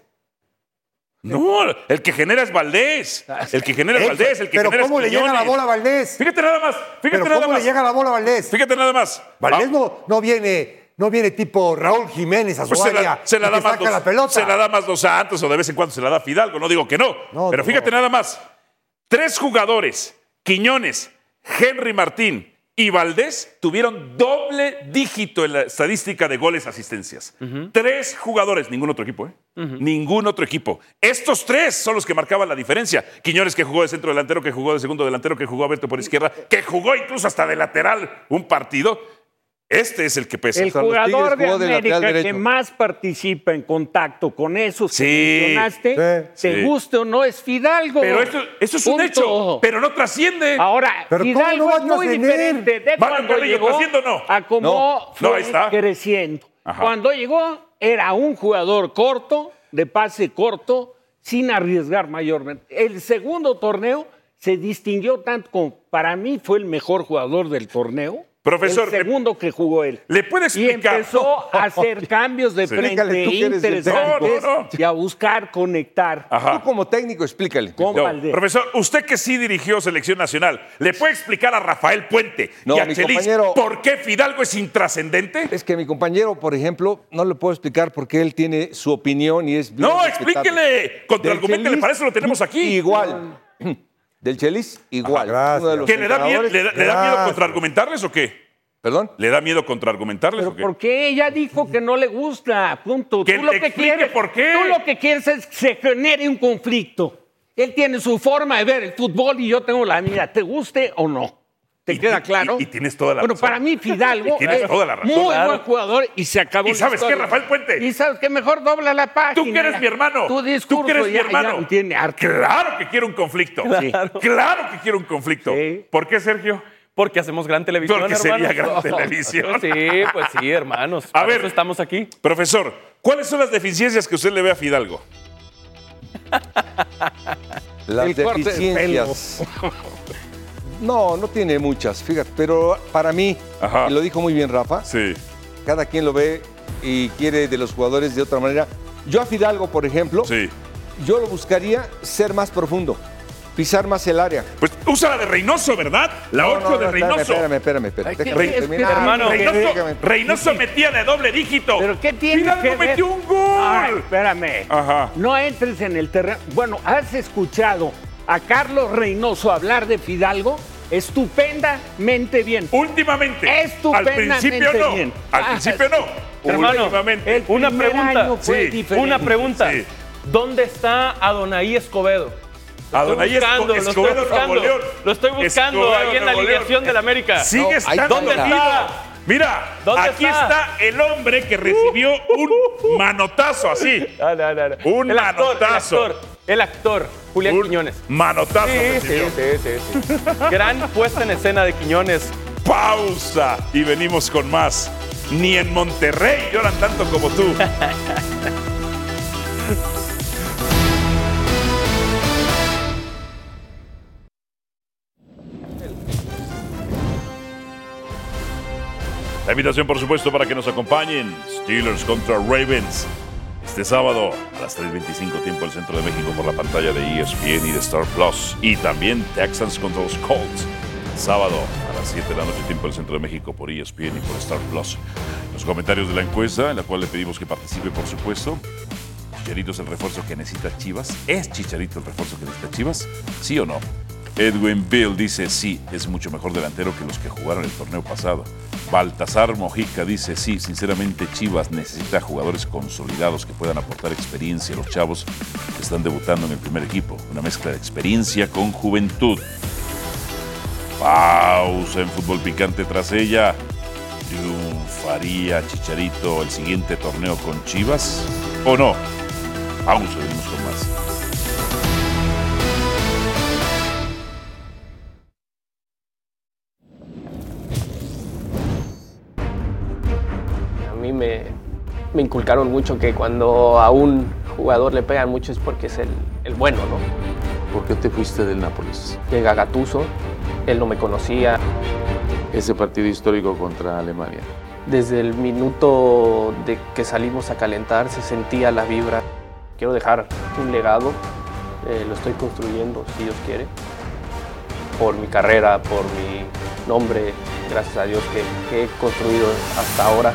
S4: No, el que genera es Valdés. El que genera es
S8: Él-
S4: Valdés. El que
S8: Ah, Eh, pero
S4: genera es
S8: ¿cómo le llega la
S4: Quiñones.
S8: bola a Valdés?
S4: Fíjate nada más.
S8: ¿Pero
S4: Fíjate nada
S8: cómo le
S4: más.
S8: llega la bola a Valdés?
S4: Fíjate nada más.
S8: Valdés
S4: Ah,
S8: no, no viene, no viene tipo Raúl Jiménez a su
S4: pues se la,
S8: área
S4: se la
S8: y
S4: da
S8: que
S4: más
S8: saca
S4: dos,
S8: la pelota.
S4: Se la da más dos Santos o de vez en cuando se la da Fidalgo. No digo que no.
S8: No,
S4: pero
S8: no.
S4: fíjate nada más. Tres jugadores, Quiñones, Henry Martín y Valdés, tuvieron doble dígito en la estadística de goles asistencias. Tres jugadores, ningún otro equipo, ¿eh? Ningún otro equipo. Estos tres son los que marcaban la diferencia. Quiñones que jugó de centro delantero, que jugó de segundo delantero, que jugó abierto por izquierda, que jugó incluso hasta de lateral un partido. Este es el que pesa.
S7: El
S6: sea, los
S7: jugador
S6: Tigres
S7: de
S6: jugó de lateral
S7: América que
S6: derecho.
S7: más participa en contacto con esos
S4: Sí.
S7: que mencionaste,
S8: Sí.
S7: te
S4: Sí.
S7: guste o no, es Fidalgo.
S4: Pero esto, esto es un
S7: Punto.
S4: hecho, pero no trasciende.
S7: Ahora,
S8: Pero ¿cómo
S7: Hidalgo
S8: no va
S7: es muy
S8: a trascender?
S7: diferente de
S4: Mario
S7: cuando
S4: Carrillo,
S7: llegó
S4: ¿trasciende o no?
S7: a cómo
S4: No,
S7: fue
S4: ahí está.
S7: creciendo.
S4: Ajá.
S7: Cuando llegó era un jugador corto, de pase corto, sin arriesgar mayormente. El segundo torneo se distinguió tanto como para mí fue el mejor jugador del torneo
S4: Profesor,
S7: el segundo que jugó él.
S4: ¿Le puede explicar?
S7: Y empezó a hacer cambios de
S4: Sí.
S7: frente
S4: Explícale tú que eres del
S7: interesantes
S4: técnico. No, no,
S7: y a buscar conectar.
S4: Ajá.
S6: Como técnico, explícale.
S7: Con
S4: No,
S7: Valdés.
S4: Profesor, usted que sí dirigió selección nacional, ¿le puede explicar a Rafael Puente
S6: No,
S4: y a
S6: mi
S4: Chelis
S6: compañero-
S4: por qué Fidalgo es intrascendente?
S6: Es que mi compañero, por ejemplo, no le puedo explicar porque él tiene su opinión y es bien
S4: No,
S6: respetable.
S4: explíquele, contraargumentele,
S6: Del Chelis,
S4: para eso lo tenemos aquí.
S6: Igual. Del Chelis, igual.
S8: gracias.
S6: Uno de los
S4: ¿Que le da, miedo,
S6: entrenadores-
S4: le da- le da miedo
S8: Gracias.
S4: contraargumentarles o qué?
S6: Perdón.
S4: ¿Le da miedo contraargumentarles o qué?
S7: ¿Por qué? Ella dijo que no le gusta, punto.
S4: Que
S7: tú lo
S4: te
S7: que
S4: explique
S7: quieres,
S4: por qué.
S7: Tú lo que quieres es que se genere un conflicto. Él tiene su forma de ver el fútbol y yo tengo la mía. ¿Te guste o no? ¿Te
S4: Y-
S7: queda
S4: y-
S7: claro?
S4: y tienes toda la
S7: bueno,
S4: razón.
S7: para mí
S4: Y
S7: Fidalgo
S4: tienes
S7: es
S4: toda la razón.
S7: muy
S4: Claro.
S7: buen jugador y se acabó
S4: ¿Y
S7: la
S4: sabes qué,
S7: historia.
S4: Rafael Puente?
S7: ¿Y sabes qué? Mejor dobla la página.
S4: Tú que eres mi hermano.
S7: Tu discurso
S4: Tú que eres mi
S7: ya- ya
S4: hermano.
S7: no tiene arte.
S4: Claro que quiero un conflicto. Claro. Claro que quiero un conflicto.
S7: Sí.
S4: ¿Por qué, Sergio?
S10: Porque hacemos gran televisión,
S4: Porque
S10: hermanos.
S4: sería gran televisión.
S10: Sí, pues sí, hermanos.
S4: A
S10: Por
S4: ver.
S10: eso estamos aquí.
S4: Profesor, ¿cuáles son las deficiencias que usted le ve a Fidalgo?
S6: Las
S7: El corte de
S6: deficiencias. No, no tiene muchas, fíjate, pero para mí,
S4: Ajá.
S6: y lo dijo muy bien Rafa,
S4: Sí.
S6: cada quien lo ve y quiere de los jugadores de otra manera. Yo a Fidalgo, por ejemplo,
S4: Sí.
S6: yo lo buscaría ser más profundo, pisar más el área.
S4: Pues usa la de Reynoso, ¿verdad? La 8
S6: No, no,
S4: de
S6: no,
S4: Reynoso.
S6: Espérame, espérame, espérame.
S7: ¿qué-
S6: déjame
S7: qué-
S6: terminar.
S7: espérame,
S10: hermano?
S4: Reynoso,
S6: Déjame.
S4: Reynoso metía de doble dígito.
S7: ¿Pero qué tiene
S4: Fidalgo
S7: que ver?
S4: metió un gol.
S7: Ay, espérame.
S4: Ajá.
S7: No entres en el terreno. Bueno, ¿has escuchado a Carlos Reynoso hablar de Fidalgo? Estupendamente bien.
S4: Últimamente. Al
S7: Estupendamente
S4: principio no.
S7: bien.
S4: Al
S7: Ah,
S4: principio no.
S10: Hermano,
S4: Últimamente.
S7: el
S10: Una
S7: primer
S10: pregunta.
S7: año fue
S4: Sí,
S7: diferente.
S10: Una pregunta.
S4: Sí.
S10: ¿Dónde está Adonai Escobedo? Lo
S4: Adonai
S10: estoy
S4: Esco-
S10: buscando,
S4: Escobedo,
S10: lo estoy buscando.
S4: Nuevo León.
S10: Lo estoy buscando
S4: Escobedo,
S10: ahí en la
S4: Nuevo León.
S10: alineación del América.
S4: Sigue
S5: No, ahí
S4: estando
S5: ¿dónde
S4: metido.
S10: está?
S4: Mira,
S10: ¿Dónde
S4: aquí
S10: está?
S4: está? el hombre que recibió un manotazo así.
S10: Ah, no, no, no.
S4: Un
S10: el actor,
S4: manotazo.
S10: El actor, el actor, Julián
S4: Un
S10: Quiñones.
S4: Manotazo.
S10: Sí,
S4: recibió.
S10: sí, sí, sí, sí. Gran puesta en escena de Quiñones.
S4: Pausa y venimos con más. Ni en Monterrey lloran tanto como tú. La invitación, por supuesto, para que nos acompañen. Steelers contra Ravens. Este sábado a las 3.25 tiempo el Centro de México por la pantalla de E ESPN y de Star Plus. Y también Texans contra los Colts. Sábado a las 7 de la noche tiempo el Centro de México por E ESPN y por Star Plus. Los comentarios de la encuesta, en la cual le pedimos que participe, por supuesto. Chicharito es el refuerzo que necesita Chivas. ¿Es Chicharito el refuerzo que necesita Chivas? ¿Sí o no? Edwin Bill dice sí, es mucho mejor delantero que los que jugaron el torneo pasado. Baltasar Mojica dice sí, sinceramente Chivas necesita jugadores consolidados que puedan aportar experiencia a los chavos que están debutando en el primer equipo. Una mezcla de experiencia con juventud. Pausa en fútbol picante tras ella. ¿Triunfaría Chicharito el siguiente torneo con Chivas o no? Pausa, venimos con más.
S2: A mí me, me inculcaron mucho que cuando a un jugador le pegan mucho es porque es el, el bueno, ¿no?
S1: ¿Por qué te fuiste del Nápoles?
S2: Llega Gatuso, él no me conocía.
S1: Ese partido histórico contra Alemania.
S2: Desde el minuto de que salimos a calentar se sentía la vibra. Quiero dejar un legado, eh, lo estoy construyendo, si Dios quiere, por mi carrera, por mi nombre, gracias a Dios que, que he construido hasta ahora.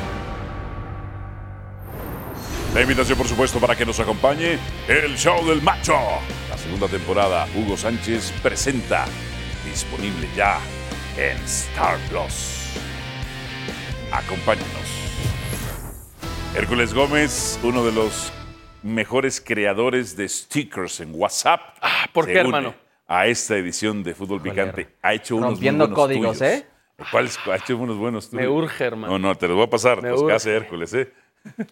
S4: La invitación, por supuesto, para que nos acompañe el Show del Macho. La segunda temporada, Hugo Sánchez presenta. Disponible ya en Star Plus. Acompáñanos. Hércules Gómez, uno de los mejores creadores de stickers en WhatsApp.
S10: Ah, ¿por
S4: se
S10: qué,
S4: une
S10: hermano?
S4: A esta edición de Fútbol Picante. Ha hecho unos muy
S11: Rompiendo
S4: buenos
S11: códigos,
S4: tuyos.
S11: ¿eh?
S4: ¿Cuáles? Ha hecho unos buenos
S10: Me
S4: tuyos.
S10: urge, hermano.
S4: No, no, te los voy a pasar.
S10: Me
S4: los que
S10: urge.
S4: hace Hércules, ¿eh?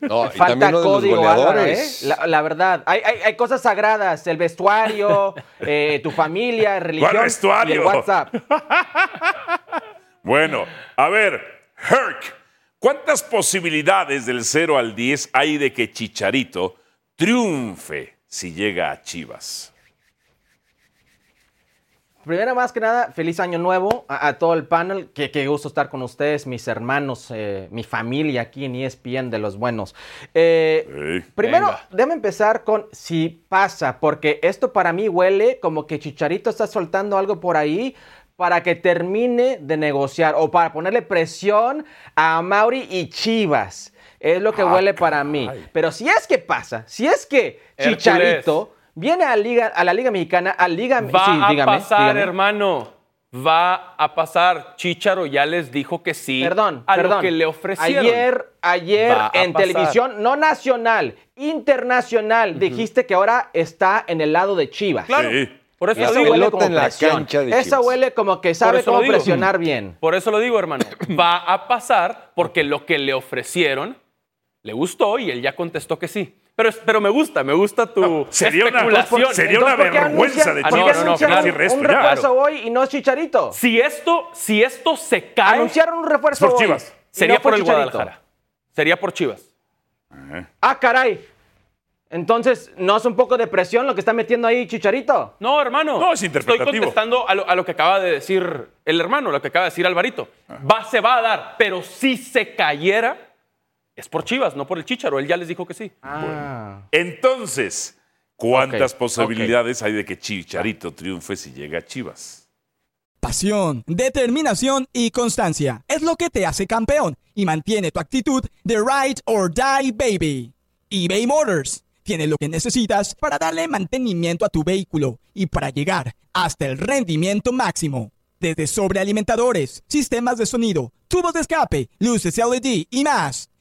S5: No, y
S11: Falta
S5: también uno de los
S11: código, Álvaro,
S5: goleadores.
S11: ¿eh? la, la verdad. Hay, hay- hay cosas sagradas, el vestuario, eh, tu familia, religión
S4: vestuario?
S11: y el WhatsApp.
S4: Bueno, a ver, Herc, ¿cuántas posibilidades del 0 al 10 hay de que Chicharito triunfe si llega a Chivas?
S11: primero más que nada, feliz año nuevo a, a todo el panel. Qué, qué gusto estar con ustedes, mis hermanos, eh, mi familia aquí en E ESPN de los buenos. Eh, primero,
S12: Venga.
S11: déjame empezar con si pasa, porque esto para mí huele como que Chicharito está soltando algo por ahí para que termine de negociar o para ponerle presión a Mauri y Chivas. Es lo que huele para mí. Pero si es que pasa, si es que
S10: Hércules.
S11: Chicharito viene a, liga, a la Liga Mexicana, a Liga
S10: Va
S11: sí,
S10: a
S11: dígame,
S10: pasar,
S11: dígame.
S10: hermano. Va a pasar. Chicharo ya les dijo que sí.
S11: Perdón,
S10: a
S11: perdón.
S10: lo que le ofrecieron.
S11: Ayer, ayer
S10: Va a
S11: en
S10: pasar.
S11: televisión, no nacional, internacional, dijiste que ahora está en el lado de Chivas.
S10: Claro. Sí. Por eso
S11: Esa
S10: digo.
S11: huele
S10: Pelota
S11: como
S10: en la
S11: presión.
S10: cancha de
S11: Esa
S10: Chivas.
S11: huele como que
S10: Por
S11: sabe
S10: eso lo
S11: cómo
S10: digo.
S11: presionar bien.
S10: Por eso lo digo, hermano. Va a pasar porque lo que le ofrecieron le gustó y él ya contestó que sí. Pero, es- pero me gusta, me gusta tu
S4: sería una-
S10: especulación.
S4: pues, sería una
S10: ¿por qué
S4: vergüenza
S10: anuncian-
S4: de
S10: Ah,
S4: Chivas
S10: no, no, no,
S4: anunciar
S10: claro.
S4: un- un refuerzo
S10: Claro.
S11: hoy y no es Chicharito.
S10: Si esto, si esto se cae.
S11: Anunciaron un refuerzo
S10: por
S11: hoy.
S10: Chivas.
S11: Y
S10: Sería
S11: no fue
S10: por el
S11: Chicharito.
S10: Guadalajara. Sería por Chivas.
S11: Ah, caray. Entonces, ¿no es un poco de presión lo que está metiendo ahí Chicharito?
S10: No, hermano.
S11: No, es
S10: Estoy
S11: interpretativo.
S10: contestando a lo, a lo que acaba de decir el hermano, lo que acaba de decir Alvarito.
S4: Ah.
S10: Va, se va a dar, pero si se cayera, es por Chivas, no por el Chicharo. Él ya les dijo que sí.
S4: Entonces, ¿cuántas
S10: Ok,
S4: posibilidades hay de que Chicharito triunfe si llega a Chivas?
S13: Pasión, determinación y constancia es lo que te hace campeón y mantiene tu actitud de ride or die baby. eBay Motors tiene lo que necesitas para darle mantenimiento a tu vehículo y para llegar hasta el rendimiento máximo. Desde sobrealimentadores, sistemas de sonido, tubos de escape, luces LED y más.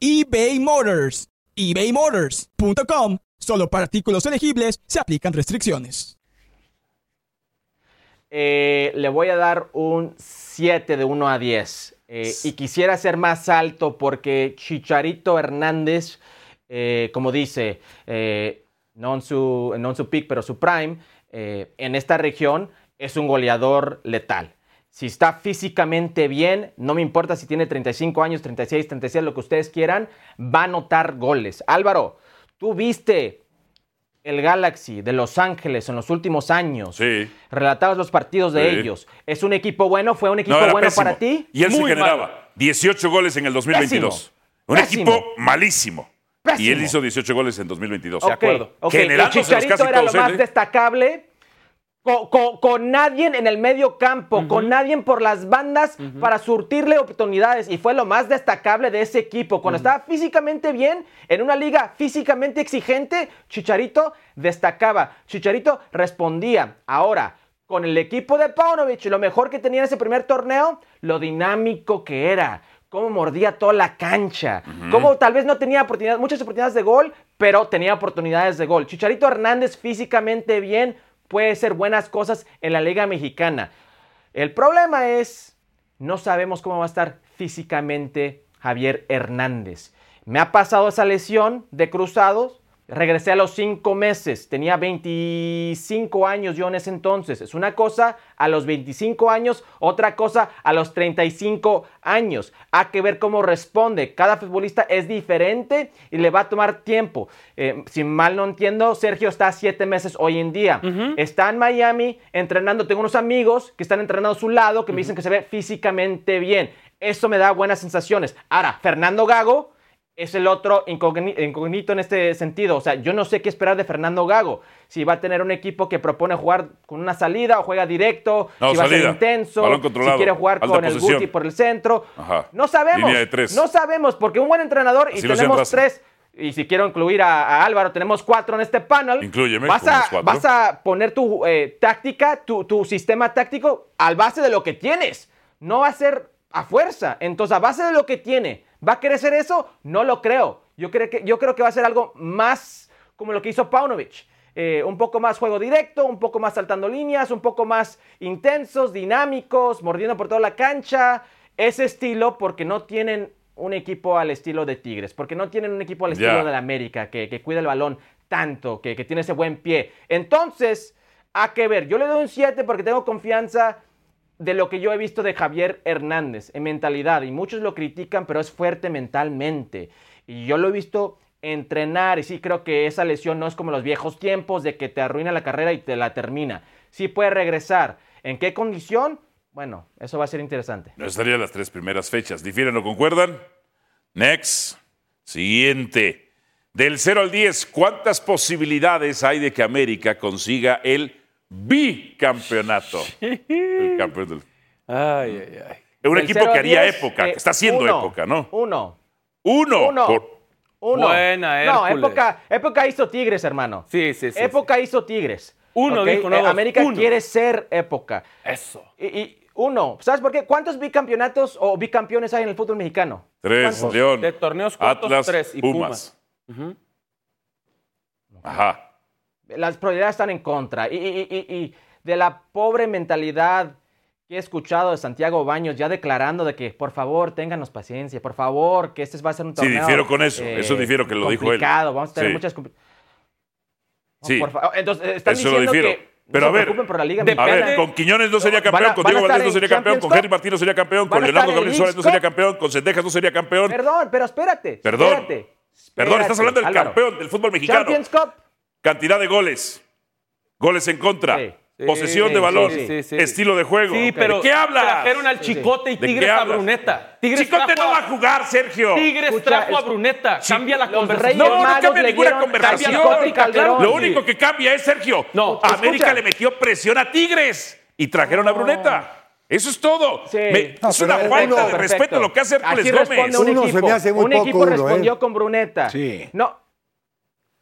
S13: eBay Motors. ebaymotors.com. Solo para artículos elegibles se aplican restricciones.
S11: Eh, le voy a dar un 7 de 1 a 10. Eh, y quisiera ser más alto porque Chicharito Hernández, eh, como dice, eh, no, en su, no en su pick, pero su prime, eh, en esta región es un goleador letal. Si está físicamente bien, no me importa si tiene 35 años, 36, 36, lo que ustedes quieran, va a anotar goles. Álvaro, tú viste el Galaxy de Los Ángeles en los últimos años. Relatabas los partidos de
S4: Sí.
S11: ellos. ¿Es un equipo bueno? ¿Fue un equipo
S4: No, era
S11: bueno
S4: pésimo.
S11: para ti?
S4: Y él
S11: Muy
S4: se generaba
S11: malo.
S4: 18 goles en el 2022.
S11: Pésimo.
S4: Un
S11: Pésimo.
S4: equipo malísimo. Y él
S11: Pésimo.
S4: hizo 18 goles en 2022.
S11: Ok, ok. Y
S4: Generándoselos
S11: Chicharito
S4: casi
S11: era lo
S4: todos
S11: más
S4: él, ¿eh?
S11: destacable. Con, con- con nadie en el medio campo, con nadie por las bandas para surtirle oportunidades. Y fue lo más destacable de ese equipo. Cuando estaba físicamente bien, en una liga físicamente exigente, Chicharito destacaba. Chicharito respondía. Ahora, con el equipo de Paunovic, lo mejor que tenía en ese primer torneo, lo dinámico que era. Cómo mordía toda la cancha. Cómo tal vez no tenía oportunidades, muchas oportunidades de gol, pero tenía oportunidades de gol. Chicharito Hernández físicamente bien puede hacer buenas cosas en la Liga Mexicana. El problema es, no sabemos cómo va a estar físicamente Javier Hernández. Me ha pasado esa lesión de cruzados. Regresé a los cinco meses, tenía 25 años yo en ese entonces. Es una cosa a los 25 años, otra cosa a los 35 años. Hay que ver cómo responde. Cada futbolista es diferente y le va a tomar tiempo. Eh, si mal no entiendo, Sergio está a siete meses hoy en día. Está en Miami entrenando. Tengo unos amigos que están entrenando a su lado que me dicen que se ve físicamente bien. Eso me da buenas sensaciones. Ahora, Fernando Gago es el otro incogni- incógnito en este sentido. O sea, yo no sé qué esperar de Fernando Gago. Si va a tener un equipo que propone jugar con una salida o juega directo,
S4: No,
S11: si va a
S4: salida,
S11: ser intenso,
S4: balón
S11: si
S4: controlado,
S11: quiere jugar
S4: alta
S11: con el
S4: posesión.
S11: Guti por el centro.
S4: Ajá.
S11: No sabemos.
S4: Línea de tres.
S11: No sabemos, porque un buen entrenador y
S4: Así lo hacían
S11: tenemos
S4: Racing.
S11: tres. Y si quiero incluir a, a Álvaro, tenemos cuatro en este panel.
S4: Inclúyeme,
S11: Vas
S4: somos
S11: a,
S4: cuatro.
S11: vas a poner tu eh, táctica, tu, tu sistema táctico al base de lo que tienes. No va a ser a fuerza. Entonces, a base de lo que tiene, ¿va a querer ser eso? No lo creo. Yo creo que, yo creo que va a ser algo más como lo que hizo Paunovic. eh, un poco más juego directo, un poco más saltando líneas, un poco más intensos, dinámicos, mordiendo por toda la cancha. Ese estilo porque no tienen un equipo al estilo de Tigres, porque no tienen un equipo al
S4: Ya.
S11: estilo de la América que, que cuida el balón tanto, que, que tiene ese buen pie. Entonces, a que ver. Yo le doy un 7 porque tengo confianza de lo que yo he visto de Javier Hernández en mentalidad. Y muchos lo critican, pero es fuerte mentalmente. Y yo lo he visto entrenar. Y sí, creo que esa lesión no es como los viejos tiempos de que te arruina la carrera y te la termina. Sí puede regresar. ¿En qué condición? Bueno, eso va a ser interesante.
S4: No estaría las tres primeras fechas. ¿Difieren o concuerdan? Next. Siguiente. Del 0 al 10, ¿cuántas posibilidades hay de que América consiga el bicampeonato? El campeón del-
S10: Ay, ay, ay.
S4: Un
S10: Del
S4: equipo
S10: cero
S4: que
S10: a
S4: haría
S10: diez,
S4: época,
S10: eh,
S4: que está haciendo
S10: uno.
S4: época, ¿no?
S11: Uno.
S4: Uno.
S11: Uno.
S4: Por-
S11: Uno.
S10: Buena,
S11: No,
S10: Hércules.
S11: época, época hizo Tigres, hermano.
S10: Sí, sí, sí.
S11: época hizo Tigres.
S10: Uno,
S11: ¿ok?
S10: dijo, no
S11: Eh,
S10: dos,
S11: América
S10: uno.
S11: quiere ser época.
S10: Eso.
S11: Y, y uno, ¿sabes por qué? ¿Cuántos bicampeonatos o bicampeones hay en el fútbol mexicano?
S4: Tres,
S11: ¿Cuántos?
S4: León.
S10: De torneos cortos,
S4: Atlas,
S10: tres. Y
S4: Pumas.
S10: Ujú.
S4: Ajá.
S11: Las probabilidades están en contra. Y, y- y- y de la pobre mentalidad que he escuchado de Santiago Baños ya declarando de que, por favor, ténganos paciencia, por favor, que este va a ser un
S4: Sí,
S11: torneo.
S4: difiero con eso.
S11: eh,
S4: eso difiero que lo dijo él.
S11: complicado, vamos a tener
S4: Sí.
S11: muchas... compli-
S4: Sí.
S11: Por favor. Entonces, eh, están
S4: Eso lo
S11: diciendo
S4: difiero.
S11: que no
S4: Pero
S11: se
S4: a ver,
S11: preocupen por la Liga
S4: a
S11: Mexicana.
S4: ver, con Quiñones no sería campeón,
S11: Van a-
S4: con
S11: van a
S4: Diego
S11: estar
S4: Valdés no
S11: en
S4: sería campeón, con
S11: Champions
S4: Henry Martín no sería campeón,
S11: Van
S4: con
S11: a
S4: Leonardo
S11: estar en
S4: Gabriel Suárez no
S11: Leagues
S4: sería campeón, con Sendejas no sería campeón.
S11: Perdón, pero espérate.
S4: Perdón.
S11: espérate,
S4: Perdón, estás
S11: espérate,
S4: hablando del
S11: Álvaro.
S4: campeón del fútbol mexicano.
S11: Champions Cup.
S4: Cantidad de goles, goles en contra, posesión
S10: Sí,
S4: de balón,
S10: sí, sí, sí.
S4: estilo de juego.
S10: Sí, pero
S4: ¿De qué hablas?
S10: trajeron al Chicote y
S4: ¿De qué
S10: Tigres a
S4: hablas?
S10: Bruneta.
S4: Chicote no va a jugar, Sergio.
S10: Tigres trajo a Bruneta. Cambia la conversación.
S4: no, no cambia ninguna conversación. Lo
S10: que
S4: único que cambia es Sergio. No,
S10: escucha.
S4: América le metió presión a Tigres y trajeron a Bruneta. Eso es todo. Me-
S11: No,
S4: es una
S11: pero
S4: falta
S11: perfecto,
S4: de
S11: eh, perfecto.
S4: respeto lo que hace
S11: Así
S4: Hércules Gómez.
S11: responde un equipo. un equipo respondió con Bruneta.
S4: ¿eh? Sí.
S11: No,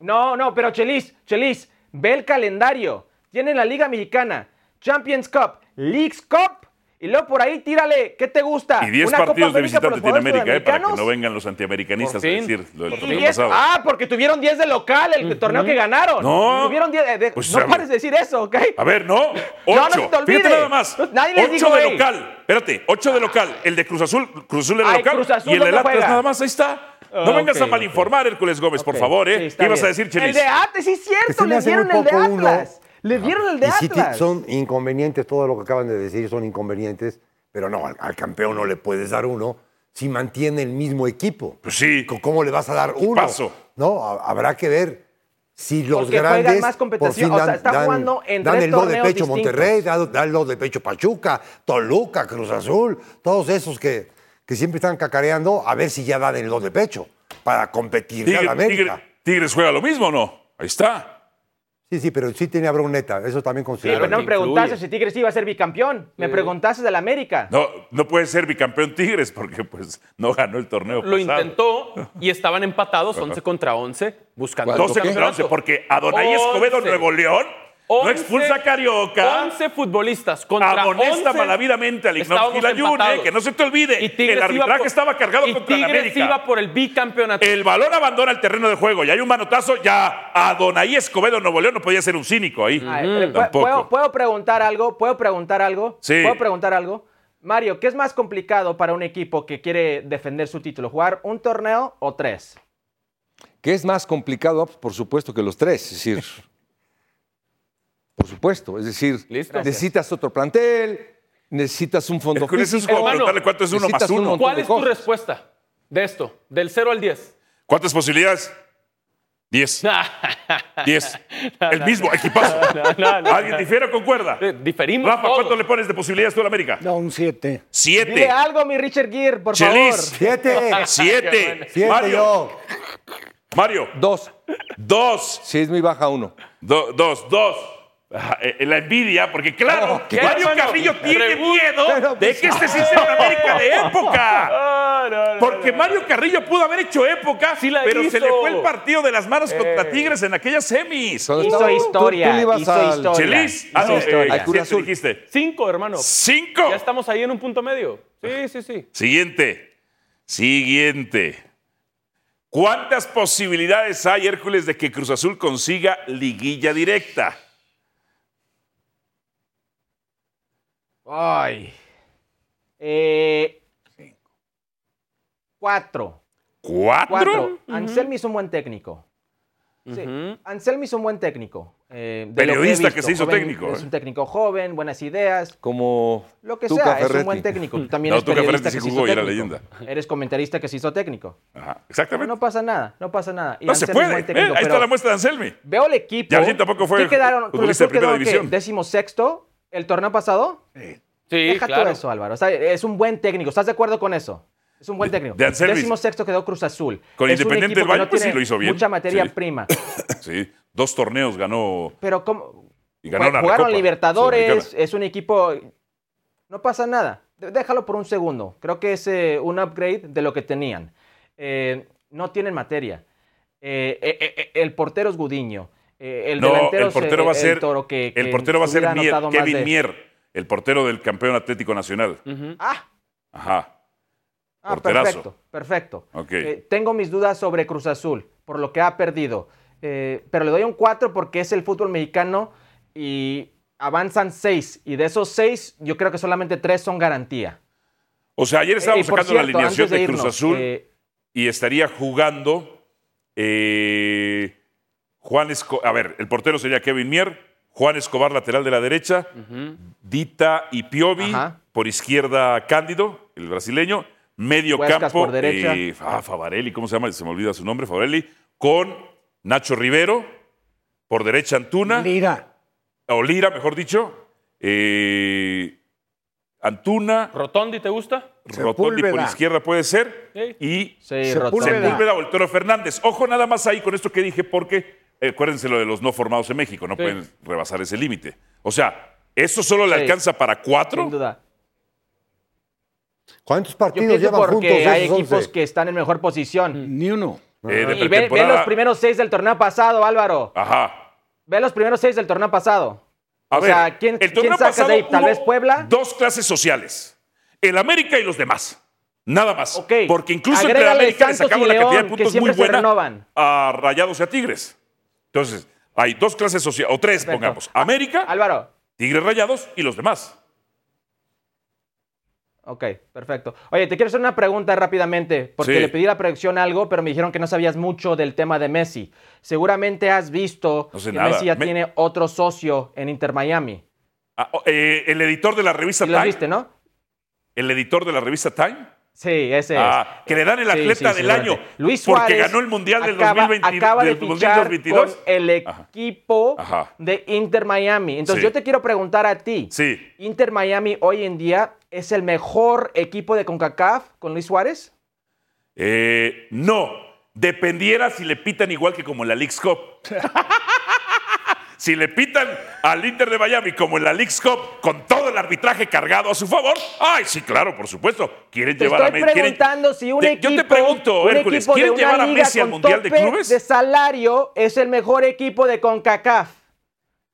S11: no, no, pero Chelis, Chelis, ve el calendario. Tienen la Liga Mexicana, Champions Cup, Leagues Cup. Y luego por ahí tírale, ¿qué te gusta?
S4: Y 10
S11: Una Copa
S4: partidos de
S11: América
S4: visitante
S11: por los
S4: tiene
S11: jugadores
S4: América, eh, para que
S11: sudamericanos.
S4: no vengan los antiamericanistas a decir lo del
S11: Y
S4: torneo
S11: diez-
S4: pasado.
S11: ah, porque tuvieron 10 de local el torneo que ganaron.
S4: No.
S11: Tuvieron 10 de- de-
S4: Pues, a
S11: no
S4: ver.
S11: pares de decir eso, ¿ok?
S4: A ver, no,
S11: No, no
S4: 8.
S11: se te olvide.
S4: Fíjate nada más.
S11: No, nadie les
S4: 8
S11: dijo,
S4: de
S11: "Ey".
S4: local. Espérate, 8 de local. El de Cruz Azul, Cruz Azul era
S11: Ay,
S4: local.
S11: Cruz Azul
S4: y el del
S11: ¿dónde
S4: Atlas
S11: juega?
S4: nada más, ahí está. No
S11: Ah,
S4: vengas
S11: ok,
S4: a malinformar, Hércules Gómez, por favor, ¿eh?
S11: Está
S4: ¿Qué ibas
S11: bien.
S4: a decir, Chelis?
S11: El de Atlas, sí es cierto,
S8: Se me
S11: le
S8: hace
S11: dieron
S8: muy
S11: el de
S8: poco uno. Ah,
S11: Atlas. Le dieron el de
S8: Y sí, ti-
S11: Atlas.
S8: son inconvenientes, todo lo que acaban de decir son inconvenientes, pero no, al, al campeón no le puedes dar uno si mantiene el mismo equipo.
S4: Pues sí.
S8: ¿Cómo le vas a dar uno?
S4: Equipazo.
S8: No, ha- habrá que ver si los
S11: Porque juegan
S8: grandes
S11: más competición,
S8: por fin
S11: o sea,
S8: dan-
S11: está
S8: dan-
S11: jugando en
S8: dan
S11: tres
S8: el do de
S11: torneos
S8: pecho
S11: distintos.
S8: Monterrey, dan, dan lo de pecho Pachuca, Toluca, Cruz Azul, todos esos que, que siempre están cacareando, a ver si ya dan el do de pecho para competir en
S4: Tigre-
S8: América.
S4: Tigre- Tigres juega lo mismo o no? Ahí está.
S8: Sí, sí, pero sí tiene a Bruneta, eso también
S11: Sí,
S8: considera.
S11: pero no me preguntaste si Tigres iba a ser bicampeón. Me preguntaste del América.
S4: No, no puede ser bicampeón Tigres porque pues no ganó el torneo
S10: Lo
S4: pasado.
S10: intentó y estaban empatados 11 contra 11 buscando
S4: 12
S10: el
S4: contra 11
S10: campeonato.
S4: porque Adonai
S10: Once.
S4: Escobedo Nuevo León no
S10: 11,
S4: expulsa a Carioca.
S10: 11 futbolistas contra
S4: Amonesta
S10: 11
S4: malhabiamente a Lignowski
S10: estábamos
S4: Layune,
S10: empatados.
S4: que no se te olvide,
S10: Y Tigres
S4: el
S10: iba
S4: arbitraje
S10: por-
S4: estaba cargado
S10: y
S4: contra la
S10: Tigres
S4: América.
S10: iba por el bicampeonato.
S4: El balón abandona el terreno de juego y hay un manotazo, ya Adonai Escobedo Nuevo León no podía ser un cínico ahí.
S11: Ay, pero ¿puedo-
S4: Tampoco.
S11: ¿puedo, puedo preguntar algo? ¿Puedo preguntar algo?
S4: Sí.
S11: ¿Puedo preguntar algo? Mario, ¿qué es más complicado para un equipo que quiere defender su título? ¿Jugar un torneo o tres?
S6: ¿Qué es más complicado? Ah, pues, Por supuesto que los tres, es decir. por supuesto, es decir, necesitas otro plantel, necesitas un fondo
S4: Hércules, eso es
S6: físico.
S4: como preguntarle cuánto es uno más
S6: necesitas un
S4: uno.
S6: montón
S10: ¿Cuál
S6: de
S10: es tu
S6: cosas.
S10: respuesta de esto? Del 0 al 10.
S4: ¿Cuántas posibilidades? 10. 10. El mismo equipazo. ¿Alguien difiere o concuerda?
S10: diferimos.
S4: Rafa, ¿cuánto le pones de posibilidades tú a la América?
S7: No, un 7.
S11: Dile
S4: 7.
S11: algo, mi Richard Gere, por
S4: Chelis.
S11: favor. Qué
S4: Siete.
S11: bueno.
S4: Mario. Mario.
S6: Dos.
S4: Dos.
S6: Sí, es muy baja uno.
S4: Do- dos, dos. Ah, eh, eh, La envidia, porque claro,
S6: ¿qué,
S4: Mario
S6: hermano?
S4: Carrillo tiene
S6: Rebu-
S4: miedo
S6: Pero,
S4: de
S6: pues,
S4: que este sí sea una América de época. Porque Mario Carrillo pudo haber hecho época, pero se le
S10: hizo.
S4: fue el partido de las manos contra Tigres en aquellas semis.
S6: Cuando Eh. Hizo estaba- tú- historia, tú le ibas hizo al- historia.
S4: Chelis. Ah,
S6: Hizo
S4: no, eh,
S6: historia.
S4: siete
S6: Al Cruz Azul.
S4: dijiste.
S10: Cinco, hermano.
S4: Cinco.
S10: Ya estamos ahí en un punto medio. Sí, sí, sí.
S4: Siguiente. Siguiente. ¿Cuántas posibilidades hay, Hércules, de que Cruz Azul consiga liguilla directa?
S11: Ay. Eh, cuatro.
S4: ¿Cuatro?
S11: Ujú. Anselmi es un buen técnico. Sí. Anselmi es un buen técnico. eh, de lo he
S4: Periodista que
S11: visto.
S4: se hizo
S11: Joven,
S4: técnico,
S11: Es
S4: ¿eh?
S11: un técnico joven, buenas ideas.
S6: Como
S11: Lo que
S4: Tuca
S11: sea, es
S4: Ferretti.
S11: un buen técnico. Tú también
S4: No,
S11: eres
S4: Tuca
S11: periodista
S4: Ferretti
S11: que
S4: sí
S11: se hizo
S4: jugó y era
S11: técnico.
S4: leyenda.
S11: Eres comentarista que se hizo técnico.
S4: Ajá, exactamente.
S11: No pasa nada, no pasa nada. Y
S4: No se
S11: Anselmi es
S4: puede.
S11: buen técnico,
S4: ¿eh? Ahí está
S11: pero
S4: la muestra de Anselmi.
S11: Veo el equipo.
S4: Jardín tampoco fue
S11: ¿Qué quedaron? Cruz
S4: futbolista de
S11: Azul quedó,
S4: primera
S11: ¿qué?
S4: división.
S11: Décimo sexto el torneo pasado. Sí, Deja
S10: claro.
S11: todo eso, Álvaro. O sea, es un buen técnico. ¿Estás de acuerdo con eso? Es un buen técnico.
S4: de Anselmi.
S11: Décimo sexto quedó Cruz Azul.
S4: Con
S11: Es un
S4: Independiente del
S11: equipo que
S4: Valle,
S11: no
S4: pues sí
S11: tiene
S4: lo hizo bien.
S11: Mucha materia
S4: Sí.
S11: prima.
S4: Sí, dos torneos ganó
S11: Pero como
S4: y ganó la
S11: jugaron
S4: Recopa
S11: Libertadores,
S4: Sudamericana.
S11: es un equipo. No pasa nada. De- Déjalo por un segundo. Creo que es eh, un upgrade de lo que tenían. Eh, no tienen materia. Eh, eh, eh, eh, el portero es Gudiño. Eh, el
S4: no,
S11: delantero
S4: el
S11: es,
S4: portero
S11: eh,
S4: va a ser
S11: el toro que, que
S4: el portero va a ser
S11: hubiera
S4: Mier,
S11: anotado más
S4: Kevin
S11: de-
S4: Mier, el portero del campeón Atlético Nacional.
S11: Ujú. Ah,
S4: Ajá.
S11: ah,
S4: Porterazo.
S11: perfecto, perfecto.
S4: Ok.
S11: Eh, tengo mis dudas sobre Cruz Azul, por lo que ha perdido. Eh, pero le doy un 4 porque es el fútbol mexicano y avanzan 6. Y de esos 6, yo creo que solamente 3 son garantía.
S4: O sea, ayer estábamos
S11: Eh, y por
S4: sacando la
S11: cierto,
S4: alineación
S11: antes de
S4: de, Cruz
S11: irnos,
S4: Azul
S11: eh,
S4: y estaría jugando eh, Juan Escobar. A ver, el portero sería Kevin Mier, Juan Escobar lateral de la derecha, Dita y Piovi, por izquierda Cándido, el brasileño, medio
S11: Huescas
S4: campo
S11: por derecha.
S4: eh, ah, Favarelli, ¿cómo se llama? Se me olvida su nombre, Favarelli, con Nacho Rivero, por derecha Antuna.
S7: Lira.
S4: O Lira, mejor dicho. Eh, Antuna.
S10: ¿Rotondi te gusta?
S4: Rotondi por
S10: Sepúlveda.
S4: izquierda puede ser.
S10: Sí.
S4: Y
S10: Rotondi.
S4: Sepúlveda. Sepúlveda o el Toro Fernández. Ojo nada más ahí con esto que dije, porque eh, acuérdense lo de los no formados en México, no
S11: Sí.
S4: pueden rebasar ese límite. O sea, ¿eso solo le
S11: Sí.
S4: alcanza para cuatro?
S11: Sin duda.
S8: ¿Cuántos
S11: Yo
S8: partidos
S11: pienso
S8: llevan
S11: porque
S8: juntos esos
S11: hay equipos
S8: 11?
S11: que están en mejor posición.
S7: Mm. Ni uno.
S4: Eh, de
S11: y ve, ve
S4: pretemporada.
S11: los primeros 6 del torneo pasado, Álvaro.
S4: Ajá.
S11: Ve los primeros 6 del torneo pasado.
S4: A
S11: o
S4: ver,
S11: sea, ¿quién,
S4: el
S11: quién
S4: torneo
S11: sacas
S4: pasado
S11: de ahí? Tal
S4: hubo
S11: vez Puebla.
S4: dos clases sociales. El América y los demás. Nada más. Porque incluso entre el
S11: Agrégale
S4: América le
S11: Santos
S4: sacaba
S11: y
S4: una cantidad de
S11: León, que
S4: puntos muy
S11: siempre se
S4: buena
S11: renovan.
S4: a Rayados y a Tigres. Entonces, hay dos clases sociales, o tres, pongamos. América,
S11: Álvaro.
S4: Tigres Rayados y los demás.
S11: Ok, perfecto. Oye, te quiero hacer una pregunta rápidamente, porque
S4: Sí.
S11: le pedí la proyección a algo, pero me dijeron que no sabías mucho del tema de Messi. Seguramente has visto
S4: No sé
S11: que
S4: nada.
S11: Messi ya
S4: Me-
S11: tiene otro socio en Inter Miami.
S4: Ah, oh, eh, el editor de la revista
S11: ¿Lo
S4: Time.
S11: viste, no?
S4: El editor de la revista Time.
S11: Sí, ese
S4: Ah,
S11: es.
S4: que le dan el
S11: Sí,
S4: atleta
S11: sí,
S4: del año.
S11: seguramente. Luis
S4: porque
S11: Suárez
S4: ganó el Mundial del,
S11: acaba,
S4: 2020
S11: acaba de
S4: del
S11: fichar
S4: 2022.
S11: con el equipo
S4: Ajá.
S11: de Inter Miami. Entonces
S4: Sí.
S11: yo te quiero preguntar a ti.
S4: Sí.
S11: Inter Miami hoy en día es el mejor equipo de CONCACAF con Luis Suárez.
S4: Eh, no. Dependiera si le pitan igual que como en la League's Cup. si le pitan al Inter de Miami como en la League's Cup con todo el arbitraje cargado a su favor. Ay, sí, claro, por supuesto. Quieren
S11: Te
S4: llevar
S11: estoy
S4: a Messi. quieren-
S11: preguntando si un
S4: Te-
S11: equipo,
S4: Yo te pregunto,
S11: un
S4: Hércules,
S11: equipo de
S4: ¿quieren
S11: una
S4: llevar a
S11: liga
S4: Messi al
S11: con
S4: Mundial de
S11: tope
S4: Clubes?
S11: De salario es el mejor equipo de CONCACAF.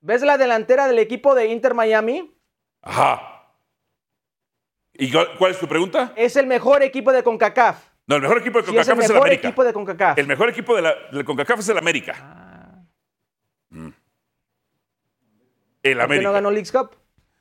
S11: ¿Ves la delantera del equipo de Inter Miami?
S4: Ajá. ¿Y cuál cuál es tu pregunta?
S11: Es el mejor equipo de CONCACAF.
S4: No, el mejor equipo de
S11: Sí, es el
S4: CONCACAF es el
S11: mejor
S4: América.
S11: equipo de CONCACAF. Ah.
S4: El mejor equipo de la, del CONCACAF es el América. Mm. El
S11: ¿Por qué
S4: América.
S11: no ganó League Cup?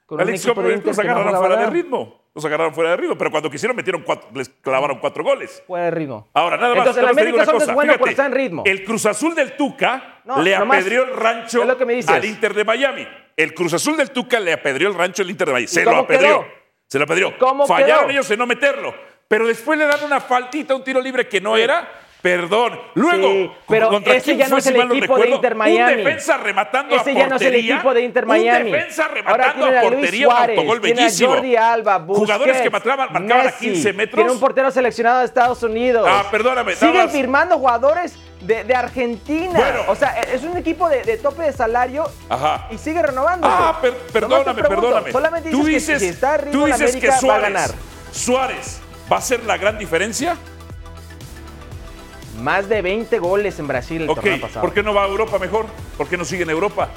S11: Con
S4: La
S11: un
S4: League's
S11: equipo
S4: Cup
S11: de Inter
S4: nos
S11: que no
S4: agarraron
S11: jugaba
S4: fuera de
S11: nada.
S4: ritmo. Nos agarraron fuera de ritmo, pero cuando quisieron metieron cuatro, les clavaron cuatro goles.
S11: Fuera de ritmo.
S4: Ahora, nada más.
S11: Entonces,
S4: nada
S11: el
S4: más te digo
S11: América
S4: una
S11: solo es
S4: cosa,
S11: bueno cuando
S4: fíjate,
S11: está en ritmo.
S4: El Cruz Azul del Tuca
S11: No,
S4: le
S11: nomás,
S4: apedreó el rancho
S11: es lo que me dices.
S4: al Inter de Miami. El Cruz Azul del Tuca le apedreó el rancho al Inter de Miami. Se lo
S11: cómo
S4: apedreó.
S11: quedó?
S4: Se lo apedreó.
S11: ¿Cómo
S4: Fallaron
S11: quedó?
S4: ellos en no meterlo. Pero después le dan una faltita, un tiro libre que no era. Perdón. Luego,
S11: Sí, pero
S4: ¿contra
S11: ese
S4: quién
S11: ya no
S4: fue,
S11: es el
S4: si mal
S11: equipo de
S4: recuerdo?
S11: Inter
S4: Un
S11: Miami.
S4: defensa rematando a
S11: Ese ya no es el
S4: portería.
S11: equipo de Inter
S4: Un
S11: Miami.
S4: defensa
S11: Ahora
S4: rematando
S11: tiene
S4: a
S11: a Luis
S4: portería,
S11: Suárez,
S4: un autogol
S11: tiene a
S4: bellísimo.
S11: Jordi Alba, Busquets,
S4: Jugadores que marcaban, marcaban a
S11: Messi,
S4: 15 metros.
S11: Tiene un portero seleccionado de Estados Unidos.
S4: Ah, perdóname, nada
S11: Siguen
S4: más.
S11: firmando jugadores de, de Argentina. o sea, e, es un equipo de, de tope de salario
S4: Ajá.
S11: y sigue renovando.
S4: Ah, per- perdóname, perdóname.
S11: Solamente dices,
S4: tú
S11: que
S4: dices,
S11: si está arriba
S4: tú
S11: la
S4: dices que
S11: América
S4: Suárez,
S11: va a ganar.
S4: Suárez va a ser la gran diferencia.
S11: Más de 20 goles en Brasil el
S4: Ok,
S11: torneo pasado.
S4: ¿por qué no va a Europa mejor? ¿Por qué no sigue en Europa?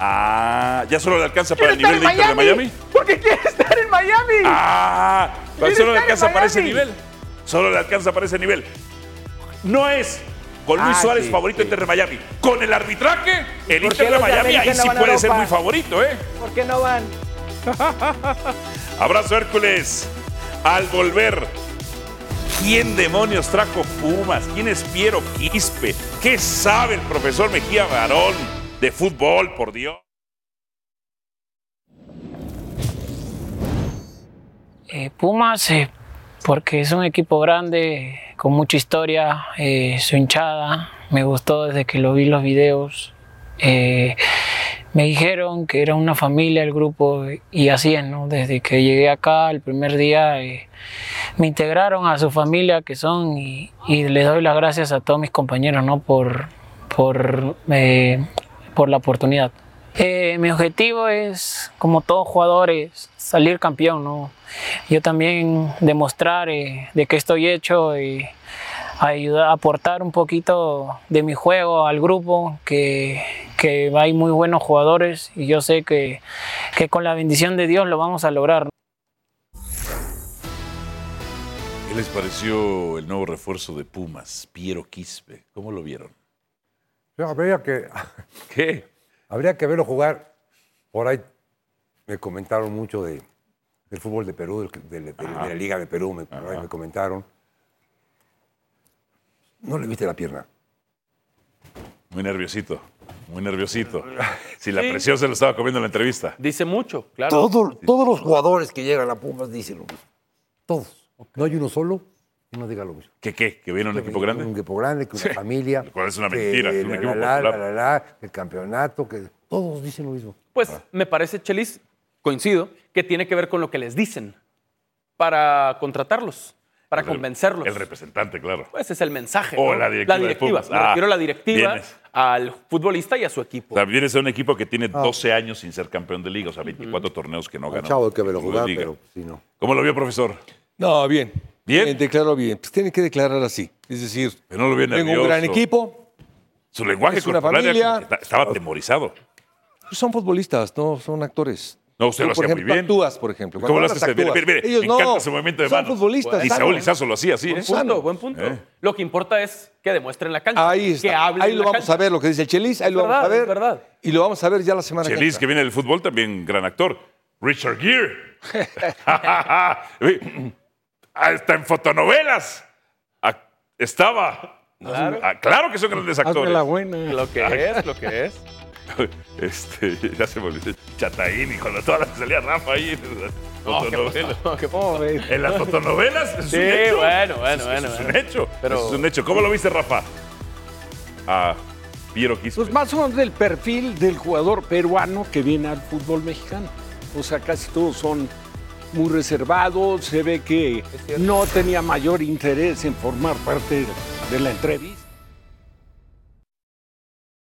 S4: Ah, ya solo le alcanza para el
S11: Quiere
S4: nivel de Inter
S11: estar
S4: de
S11: en
S4: Miami.
S11: Porque quiere estar en Miami.
S4: Ah, solo le
S11: Quiere estar en
S4: alcanza para ese
S11: Miami.
S4: nivel. Solo le alcanza para ese nivel. no es con Luis
S6: Ah,
S4: Suárez
S6: sí,
S4: favorito Inter de Miami. Con el arbitraje, el
S11: por
S4: Inter
S11: qué
S4: de
S11: los de
S4: Miami
S11: América
S4: ahí
S11: no
S4: sí
S11: van a
S4: puede ser
S11: Europa?
S4: muy favorito, ¿eh?
S11: ¿Por qué no van?
S4: Abrazo Hércules. Al volver, ¿quién demonios trajo Pumas? ¿Quién es Piero Quispe? ¿Qué sabe el profesor Mejía Barón de fútbol, por Dios?
S12: Eh, Pumas, eh, porque es un equipo grande, con mucha historia, eh, su hinchada. Me gustó desde que lo vi los videos. Eh, me dijeron que era una familia el grupo y así es, ¿no? Desde que llegué acá el primer día eh, me integraron a su familia que son y, y les doy las gracias a todos mis compañeros, ¿no? Por, por, eh, por la oportunidad. Eh, mi objetivo es, como todos jugadores, salir campeón, ¿no? Yo también demostrar eh, de qué estoy hecho y ayudar, aportar un poquito de mi juego al grupo, que, que hay muy buenos jugadores y yo sé que, que con la bendición de Dios lo vamos a lograr.
S4: ¿Qué les pareció el nuevo refuerzo de Pumas, Piero Quispe? ¿Cómo lo vieron?
S8: Yo habría que,
S4: ¿Qué?
S8: habría que verlo jugar. Por ahí me comentaron mucho de, del fútbol de Perú, del- del- del- de la Liga de Perú, me, por ahí me comentaron. No le viste la pierna.
S4: Muy nerviosito, muy nerviosito. Si la
S8: Sí.
S4: presión se lo estaba comiendo en la entrevista.
S10: Dice mucho, claro.
S8: Todo- todos los jugadores que llegan a Pumas dicen lo mismo. Todos. No hay uno solo que no diga lo mismo.
S4: ¿Qué qué? ¿Que viene un equipo grande?
S8: Un equipo grande, que una familia.
S4: Lo cual es una
S8: que
S4: mentira, es un
S8: la,
S4: equipo
S8: la, la,
S4: popular.
S8: la, la, la, el campeonato, que todos dicen lo mismo.
S10: Pues me parece, Chelis, coincido, que tiene que ver con lo que les dicen para contratarlos, para
S4: El-
S10: convencerlos.
S4: El representante, claro.
S10: Pues es el mensaje.
S4: O
S10: ¿no?
S4: la directiva de Pumas.
S10: Me
S4: Ah,
S10: refiero a la directiva,
S4: vienes.
S10: al futbolista y a su equipo.
S4: O sea, vienes a un equipo que tiene
S8: Ah.
S4: 12 años sin ser campeón de liga, o sea, 24 torneos que no ganó.
S8: Chavo, hay que verlo
S4: Club de
S8: jugar,
S4: liga.
S8: pero si no.
S4: ¿Cómo lo vio, profesor?
S6: No, bien. Bien. declaró bien. Pues tienen que declarar así. Es decir,
S4: Pero no lo vio
S6: tengo
S4: nervioso.
S6: un gran equipo.
S4: Su lenguaje
S6: Es una
S4: corporal era
S6: familia.
S4: como que esta- estaba atemorizado.
S6: Pues son futbolistas, no son actores.
S4: No, usted
S6: Tú,
S4: lo
S6: por
S4: hacía
S6: ejemplo,
S4: muy bien.
S6: actúas, por ejemplo.
S4: ¿Cómo lo
S6: Cuando
S4: haces?
S6: hablas,
S4: Mire,
S6: actúas.
S4: mire, mire,
S6: Ellos
S4: me
S6: no.
S4: encanta su movimiento de
S6: son
S4: manos.
S6: futbolistas.
S4: Y
S6: están-
S4: Saúl Izazo lo hacía así,
S10: Buen
S4: ¿eh?
S10: punto, buen punto.
S4: Eh.
S10: Lo que importa es que demuestre en la cancha.
S6: Ahí está.
S10: Que hable
S6: ahí
S10: en
S6: lo
S10: la
S6: vamos
S10: cancha.
S6: a ver, lo que dice el Chelis. Ahí
S10: Es
S6: lo vamos a
S10: verdad,
S6: ver.
S10: es verdad.
S6: Y lo vamos a ver ya la semana que
S4: Chelis, que viene del fútbol, también gran actor. Richard Gere. Hasta en fotonovelas. Ac- Estaba.
S7: Claro.
S4: Ah, claro que son grandes
S7: Hazme
S4: actores.
S7: la buena. Lo
S10: que es, lo que es.
S4: Este, ya se me olvidó. Chataín y cuando todas las salía Rafa ahí en las
S10: No, Oh, ¿qué
S4: fotonovelas.
S10: pasó? ¿Qué pasó?
S4: En las fotonovelas. es un
S10: Sí,
S4: hecho.
S10: bueno, bueno,
S4: Eso
S10: bueno,
S4: es- eso
S10: bueno.
S4: Es un hecho.
S10: Pero-
S4: Eso es un hecho. ¿Cómo lo viste, Rafa? A Piero Quispe.
S7: Pues más o menos del perfil del jugador peruano que viene al fútbol mexicano. O sea, casi todos son muy reservados, se ve que no tenía mayor interés en formar parte de la entrevista.